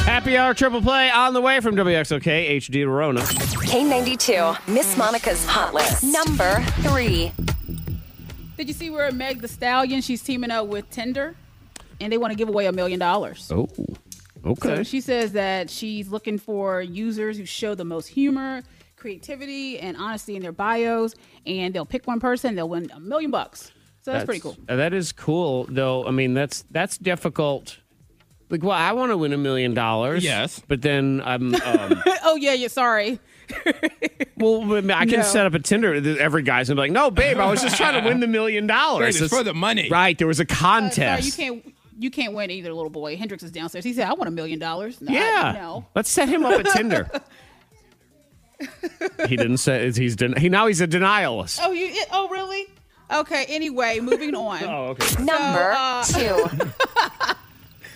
D: Happy hour triple play on the way from WXOK HD Rona.
H: K92, Miss Monica's Hot List. Number three.
F: Did you see where Meg the Stallion? She's teaming up with Tinder, and they want to give away a million dollars.
D: Oh, okay.
F: So she says that she's looking for users who show the most humor, creativity, and honesty in their bios, and they'll pick one person, they'll win a million bucks. So that's, pretty cool.
D: uh, That is cool, though. I mean, that's that's difficult. Like, well, I want to win a million dollars.
E: Yes.
D: but then I'm. Um,
F: oh yeah, yeah. Sorry.
D: well, I mean, I can
F: No.
D: set up a Tinder. th- Every guy's gonna be like, "No, babe, I was just trying to win the million dollars.
E: Babe, it's for the money.
D: right? There was a
F: Uh,
D: contest.
F: sorry, you can't. You can't win either, little boy. Hendrix is downstairs. He said, "I want a million dollars." No, I-
D: Yeah.
F: No.
D: Let's set him up at Tinder. he didn't say he's den- he now he's a denialist.
F: Oh, you. it- Oh, really? Okay. Anyway, moving on.
D: Oh, okay.
H: Number two.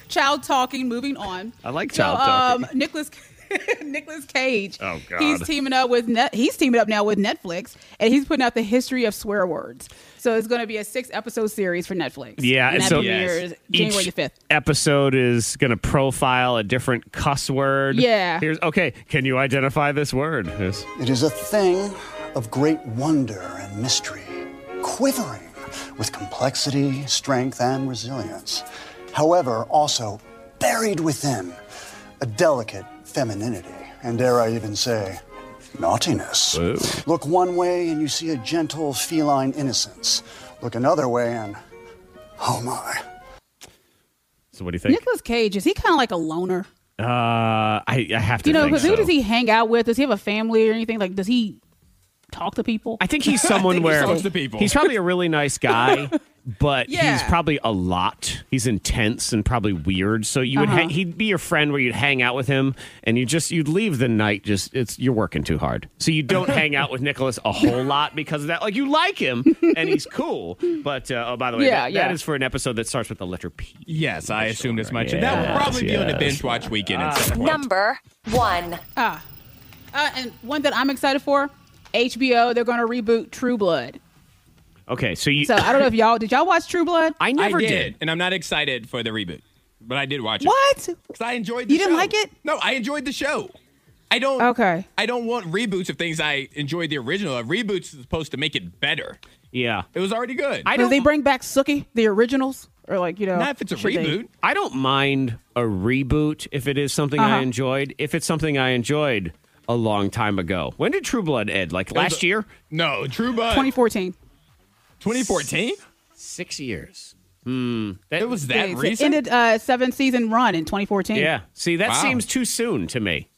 F: Child talking. Moving on.
D: I like
F: So,
D: child talking.
F: um, Nicholas Nicholas Cage.
D: Oh, God.
F: He's teaming up with Net. He's teaming up now with Netflix, and he's putting out the history of swear words. So it's going to be a six episode series for Netflix.
D: Yeah,
F: and
D: and
F: that
D: so
F: premieres
D: each
F: January the fifth.
D: episode is going to profile a different cuss word.
F: Yeah.
D: Here's okay. Can you identify this word? Yes.
M: It is a thing of great wonder and mystery, quivering with complexity, strength, and resilience. However, also buried within a delicate femininity, and dare I even say, naughtiness. Look one way and you see a gentle feline innocence. Look another way and, oh my.
D: So what do you think?
F: Nicholas Cage is he kind of like a loner?
D: Uh, I, I have to.
F: you know,
D: think
F: because who
D: so.
F: does he hang out with? Does he have a family or anything? Like, does he talk to people?
D: I think he's someone
E: think he
D: where
E: talks to people.
D: he's probably a really nice guy, but he's
F: Yeah.
D: probably a lot. He's intense and probably weird. So you would
F: Uh-huh.
D: ha- he'd be your friend where you'd hang out with him, and you just you'd leave the night. Just it's you're working too hard, so you don't hang out with Nicholas a whole lot because of that. Like you like him and he's cool, but uh, oh by the way,
F: Yeah,
D: that,
F: yeah.
D: that is for an episode that starts with the letter P.
E: Yes, I assumed as much. and that
D: Yes,
E: will probably be on the
D: yes.
E: binge watch weekend at some point.
H: Number one.
F: Ah, uh, and one that I'm excited for, HBO. They're going to reboot True Blood.
D: Okay, so you.
F: So I don't know if y'all did y'all watch True Blood?
D: I never
E: I did,
D: did.
E: and I'm not excited for the reboot, but I did watch it.
F: What?
E: Because I enjoyed. The
F: You didn't
E: show.
F: like it?
E: No, I enjoyed the show. I don't.
F: Okay.
E: I don't want reboots of things I enjoyed the original. A reboot's supposed to make it better.
D: Yeah.
E: It was already good.
D: I
F: Did
D: don't
F: they bring back Sookie, the originals, or like you know?
E: not if it's a
F: should they-
E: reboot.
D: I don't mind a reboot if it is something I
F: Uh-huh.
D: enjoyed. If it's something I enjoyed a long time ago. When did True Blood end? Like last year?
E: No, True Blood.
F: 2014.
E: 2014.
D: Six years. Hmm. That,
E: It was that
F: Yeah, so it
E: recent.
F: ended uh, seven season run in 2014.
D: Yeah. See, that
E: Wow.
D: seems too soon to me.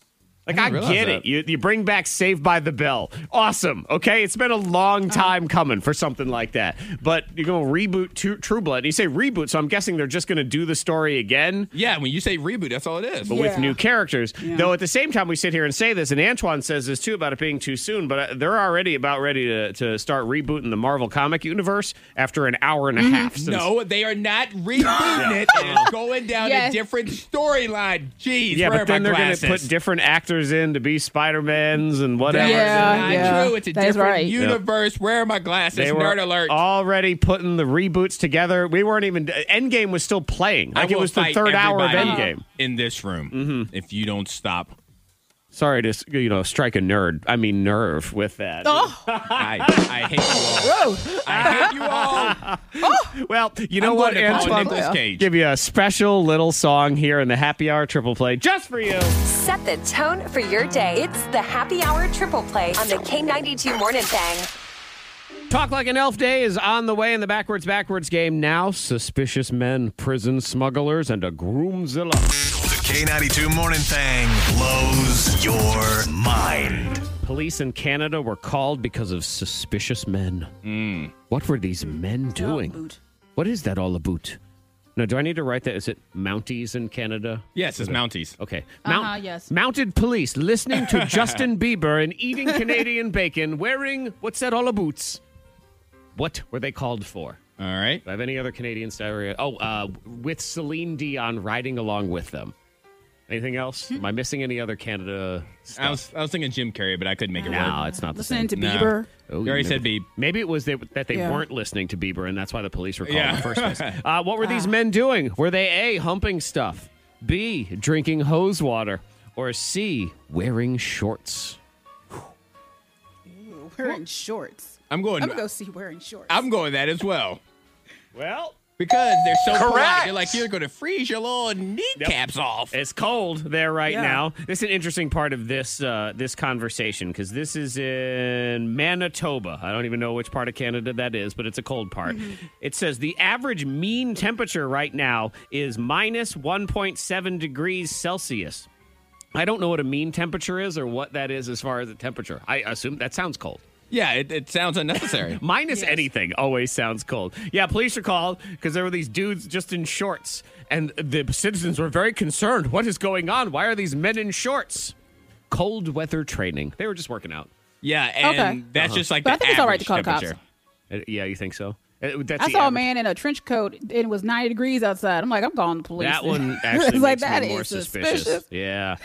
D: Like I,
E: didn't realize
D: get it.
E: that.
D: You you bring back Saved by the Bell. Awesome. Okay, it's been a long
E: Uh-huh.
D: time coming for something like that. But you're gonna reboot Tru- True Blood. You say reboot, so I'm guessing they're just gonna do the story again.
E: yeah, when you say reboot, that's all it is.
D: but with new characters. Though at the same time, we sit here and say this, and Antoine says this too about it being too soon, but uh, they're already about ready to, to start rebooting the Marvel comic universe after an hour and a half. Since,
E: Mm-hmm. No, they are not rebooting it. It's going down
F: Yes.
E: a different storyline. Jeez,
D: Yeah,
E: where
D: but then
E: are
D: they're
E: my
D: going to
E: glasses?
D: put different actors brothers in to be Spider Mans and whatever.
E: Yeah, That is not yeah. true. It's a That is different right. universe. Where are my glasses?
D: They were
E: Nerd alert.
D: Already putting the reboots together. We weren't even. Endgame was still playing.
E: I
D: Like it
E: will
D: was the
E: fight
D: third hour of
E: everybody
D: Endgame. Mm-hmm.
E: in this room. If you don't stop,
D: Sorry to you know strike a nerd. I mean nerve with that.
F: Oh.
E: I, I hate you
F: all.
E: I
F: hate you all.
D: Well, you know
E: I'm
D: what,
E: going to call
D: Antoine?
E: Nicolas Cage.
D: Give you a special little song here in the happy hour triple play. Just for you.
H: Set the tone for your day. It's the Happy Hour Triple Play on the K92 Morning Thing.
D: Talk Like an Elf Day is on the way in the backwards backwards game now. Suspicious men, prison smugglers, and a groomzilla.
J: The K92 Morning Thing blows your mind.
D: Police in Canada were called because of suspicious men. What were these men doing? What is that all about? Now, do I need to write that? Is it Mounties in Canada?
E: Yes, it's Mounties.
D: Okay.
F: Uh-huh, yes.
D: Mounted police listening to Justin Bieber and eating Canadian bacon, wearing what's that all boots? What were they called for?
E: All right.
D: Do I have any other Canadian stereo? Oh, uh, with Celine Dion riding along with them. Anything else?
F: Hmm?
D: Am I missing any other Canada? Stuff?
E: I was I was thinking Jim Carrey, but I couldn't make it work.
D: No, it's not the
F: Listening
D: same.
F: to No. Bieber.
D: Oh,
E: You
D: maybe-
E: already said Bieb.
D: Maybe it was that, that they
F: Yeah.
D: weren't listening to Bieber, and that's why the police were called in
E: Yeah.
D: the first place. Uh, what were these men doing? Were they A, humping stuff, B, drinking hose water, or C, wearing shorts?
F: Wearing shorts.
E: I'm going.
F: I'm gonna go see wearing shorts.
E: I'm going that as well.
D: Well,
E: because they're so
D: Correct.
E: polite. They're like, you're going to freeze your little kneecaps off.
D: It's cold there right
E: Yeah.
D: now. This is an interesting part of this uh, this conversation because this is in Manitoba. I don't even know which part of Canada that is, but it's a cold part. It says the average mean temperature right now is minus 1.7 degrees Celsius. I don't know what a mean temperature is or what that is as far as a temperature. I assume that sounds cold.
E: Yeah, it, it sounds unnecessary.
D: Minus anything always sounds cold. Yeah, police are called because there were these dudes just in shorts, and the citizens were very concerned. What is going on? Why are these men in shorts? Cold weather training. They were just working out.
E: Yeah, and
F: Okay.
E: that's
D: Uh-huh.
E: just like
F: But I
E: the
F: think it's all right
E: average
F: to call the cops.
E: temperature.
D: Uh, yeah, you think so? Uh, That's
F: I
D: the
F: saw a
D: average.
F: man in a trench coat and it was 90 degrees outside. I'm like, I'm calling the police.
D: That one
F: It's
D: actually
F: like,
D: makes
F: that
D: me more
F: is
D: suspicious. Yeah,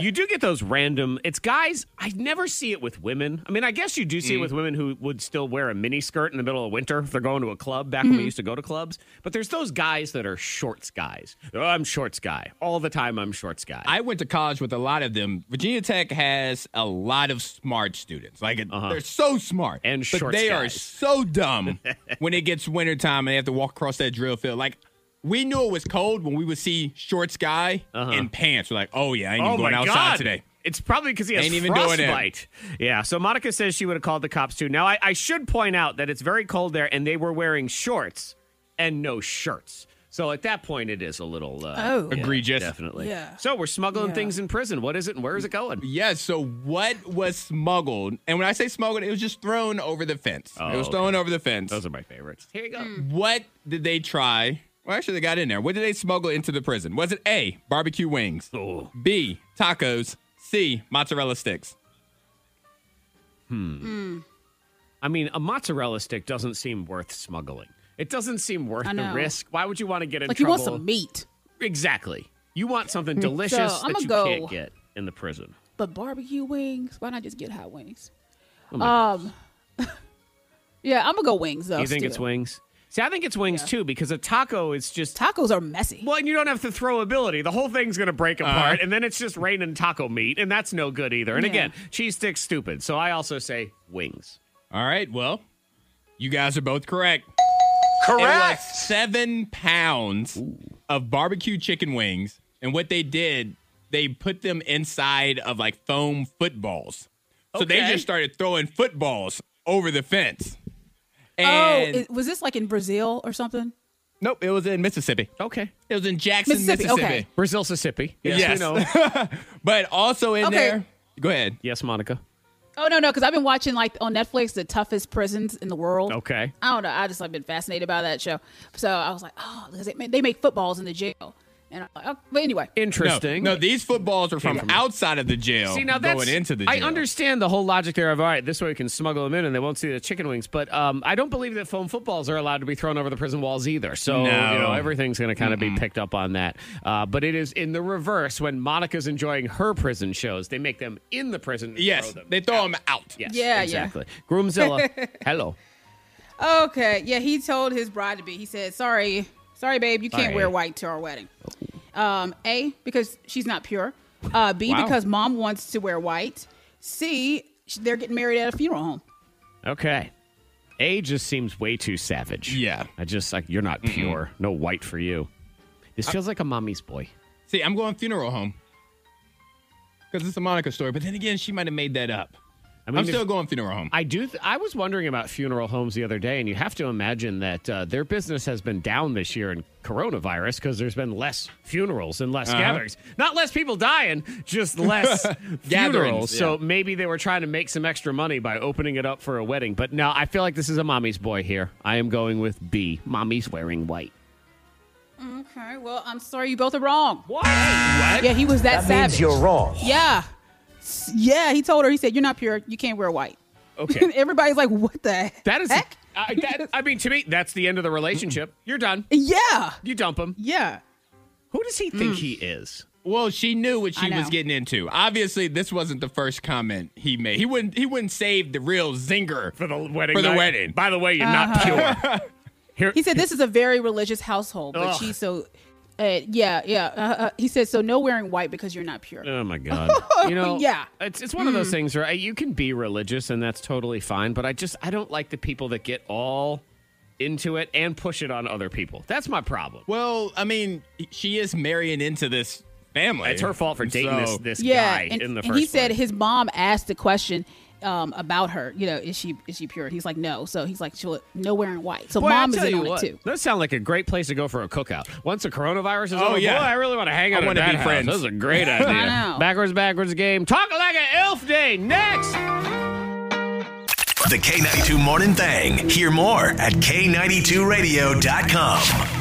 D: you do get those random. It's guys. I never see it with women. I mean, I guess you do
F: Mm.
D: see it with women who would still wear a mini skirt in the middle of winter if they're going to a club. Back when
F: Mm-hmm.
D: we used to go to clubs, but there's those guys that are shorts guys. Oh, I'm shorts guy all the time. I'm shorts guy.
E: I went to college with a lot of them. Virginia Tech has a lot of smart students. Like they're so smart,
D: And
E: but
D: shorts
E: they are
D: guys.
E: so dumb when it gets wintertime and they have to walk across that drill field. Like we knew it was cold when we would see shorts guy in pants. We're like, oh yeah, I ain't even going outside today.
D: It's probably because he has
E: Ain't even doing it.
D: frostbite. Yeah. So Monica says she would have called the cops too. Now I, I should point out that it's very cold there, and they were wearing shorts and no shirts. So at that point, it is a little uh,
E: Oh. Egregious.
D: definitely.
E: Yeah.
D: So we're smuggling
E: Yeah.
D: things in prison. What is it, and where is it going?
E: Yes. So what was smuggled? And when I say smuggled, it was just thrown over the fence. it was
D: okay.
E: thrown over the fence.
D: Those are my favorites. Here you go.
F: Hmm.
E: What did they try? Well, actually, they got in there. What did they smuggle into the prison? Was it A, barbecue wings, B, tacos, C, mozzarella sticks?
D: Hmm. I mean, a mozzarella stick doesn't seem worth smuggling. It doesn't seem worth
F: I
D: the
F: know.
D: risk. Why would you want to get in
F: Like, you
D: trouble?
F: want some meat.
D: Exactly. You want something delicious
F: So, I'ma
D: that you
F: go-
D: can't get in the prison.
F: But barbecue wings? Why not just get hot wings?
D: Oh my
F: um, yeah, I'm gonna go wings though.
D: you think it's
F: still.
D: wings? See, I think it's wings too because a taco is just
F: tacos are messy.
D: Well, and you don't have the throwability. The whole thing's going to break apart, and then it's just raining taco meat, and that's no good either. And
E: Yeah.
D: again, cheese sticks stupid. So I also say wings.
E: All right. Well, you guys are both correct.
D: Correct.
E: It was seven pounds of barbecue chicken wings. And what they did, they put them inside of like foam footballs. So they
F: Okay.
E: just started throwing footballs over the fence.
F: oh,
E: And
F: it- was this like in Brazil or something?
E: nope, it was in Mississippi.
D: Okay.
E: It was in Jackson, Mississippi.
D: Brazil, Mississippi.
E: Yes. but also in
F: Okay.
E: there. Go ahead.
D: Yes, Monica.
F: Oh no, no, because I've been watching like on Netflix the toughest prisons in the world.
D: Okay.
F: I don't know. I just like been fascinated by that show. So I was like, oh, because they, ma- they make footballs in the jail. And I'm like, oh, but anyway,
D: Interesting.
E: No, no, these footballs are
D: Came
E: from,
D: from-
E: outside of the jail.
D: See, now that's
E: Oh, going into the jail.
D: I understand the whole logic there of all right, this way we can smuggle them in and they won't see the chicken wings. But um, I don't believe that foam footballs are allowed to be thrown over the prison walls either. So
N: No.
D: you know everything's going to kind of be picked up on that. Uh, but it is in the reverse when Monica's enjoying her prison shows. They make them in the prison.
E: Yes,
D: they
E: throw them out.
D: Yes,
F: Yeah, yeah.
D: exactly. Groomzilla, hello.
F: Okay. Yeah, he told his bride to be. He said, "Sorry, sorry, babe, you can't
D: Sorry.
F: wear white to our wedding." Um, a because she's not pure. Uh, B
D: Wow.
F: because mom wants to wear white. C sh- they're getting married at a funeral home.
D: Okay. A just seems way too savage. Yeah. I just like you're not pure. No white for you. This feels like a mommy's boy.
E: See, I'm going funeral home because it's a Monica story. But then again, she might have made that up. I
D: mean,
E: am
D: if-
E: still going funeral home.
D: I do. Th- I was wondering about funeral homes the other day, and you have to imagine that uh, their business has been down this year in coronavirus because there's been less funerals and less
N: Uh-huh.
D: gatherings. Not less people dying, just less funerals.
N: Gatherings,
D: So
N: yeah.
D: maybe they were trying to make some extra money by opening it up for a wedding. But no, I feel like this is a mommy's boy here. I am going with B. Mommy's wearing white.
F: Okay. Well, I'm sorry, you both are wrong.
D: What?
F: Yeah, he was that, savage.
D: wrong.
F: Yeah. S- Yeah, he told her. He said, "You're not pure. You can't wear white."
D: Okay.
F: Everybody's like, "What the
D: That is. I, that, I mean, to me, that's the end of the relationship. You're done.
F: Yeah.
D: You dump him.
F: Yeah.
D: Who does he think he is?
E: Well, she knew what
D: I
E: she
D: know.
E: was getting into. Obviously, this wasn't the first comment he made. He wouldn't. He wouldn't save the real zinger for the
D: wedding
E: For the
D: night?
E: wedding.
D: By the way, you're
F: Uh-huh.
D: not pure. Here,
F: He said this is a very religious household, but
D: Ugh.
F: she's so. Uh, yeah, yeah. Uh, uh, he said so. No wearing white because you're not pure.
D: Oh my god! You know,
F: Yeah.
D: it's it's one of those
F: Mm.
D: things where you can be religious and that's totally fine, but I just I don't like the people that get all into it and push it on other people. That's my problem.
E: Well, I mean, she is marrying into this family.
D: It's her fault for dating this- this
F: and, and he said his mom asked the question um, about her. You know, is she is she pure? And he's like, no. So he's like, she'll no wearing white. So
D: Boy, I'll
F: mom is
D: tell
F: in
D: you
F: on
D: what,
F: it too.
D: That sounds like a great place to go for a cookout. Once the coronavirus is
N: Oh,
D: over,
N: yeah.
D: boy, I really want to hang
N: I
D: out with
N: wanna
D: that
N: be
D: house.
N: friends.
D: This is a great
N: I
D: idea.
N: know.
D: backwards, backwards game. Talk like an elf day next.
O: The K92 Morning Thing. Hear more at K92Radio.com.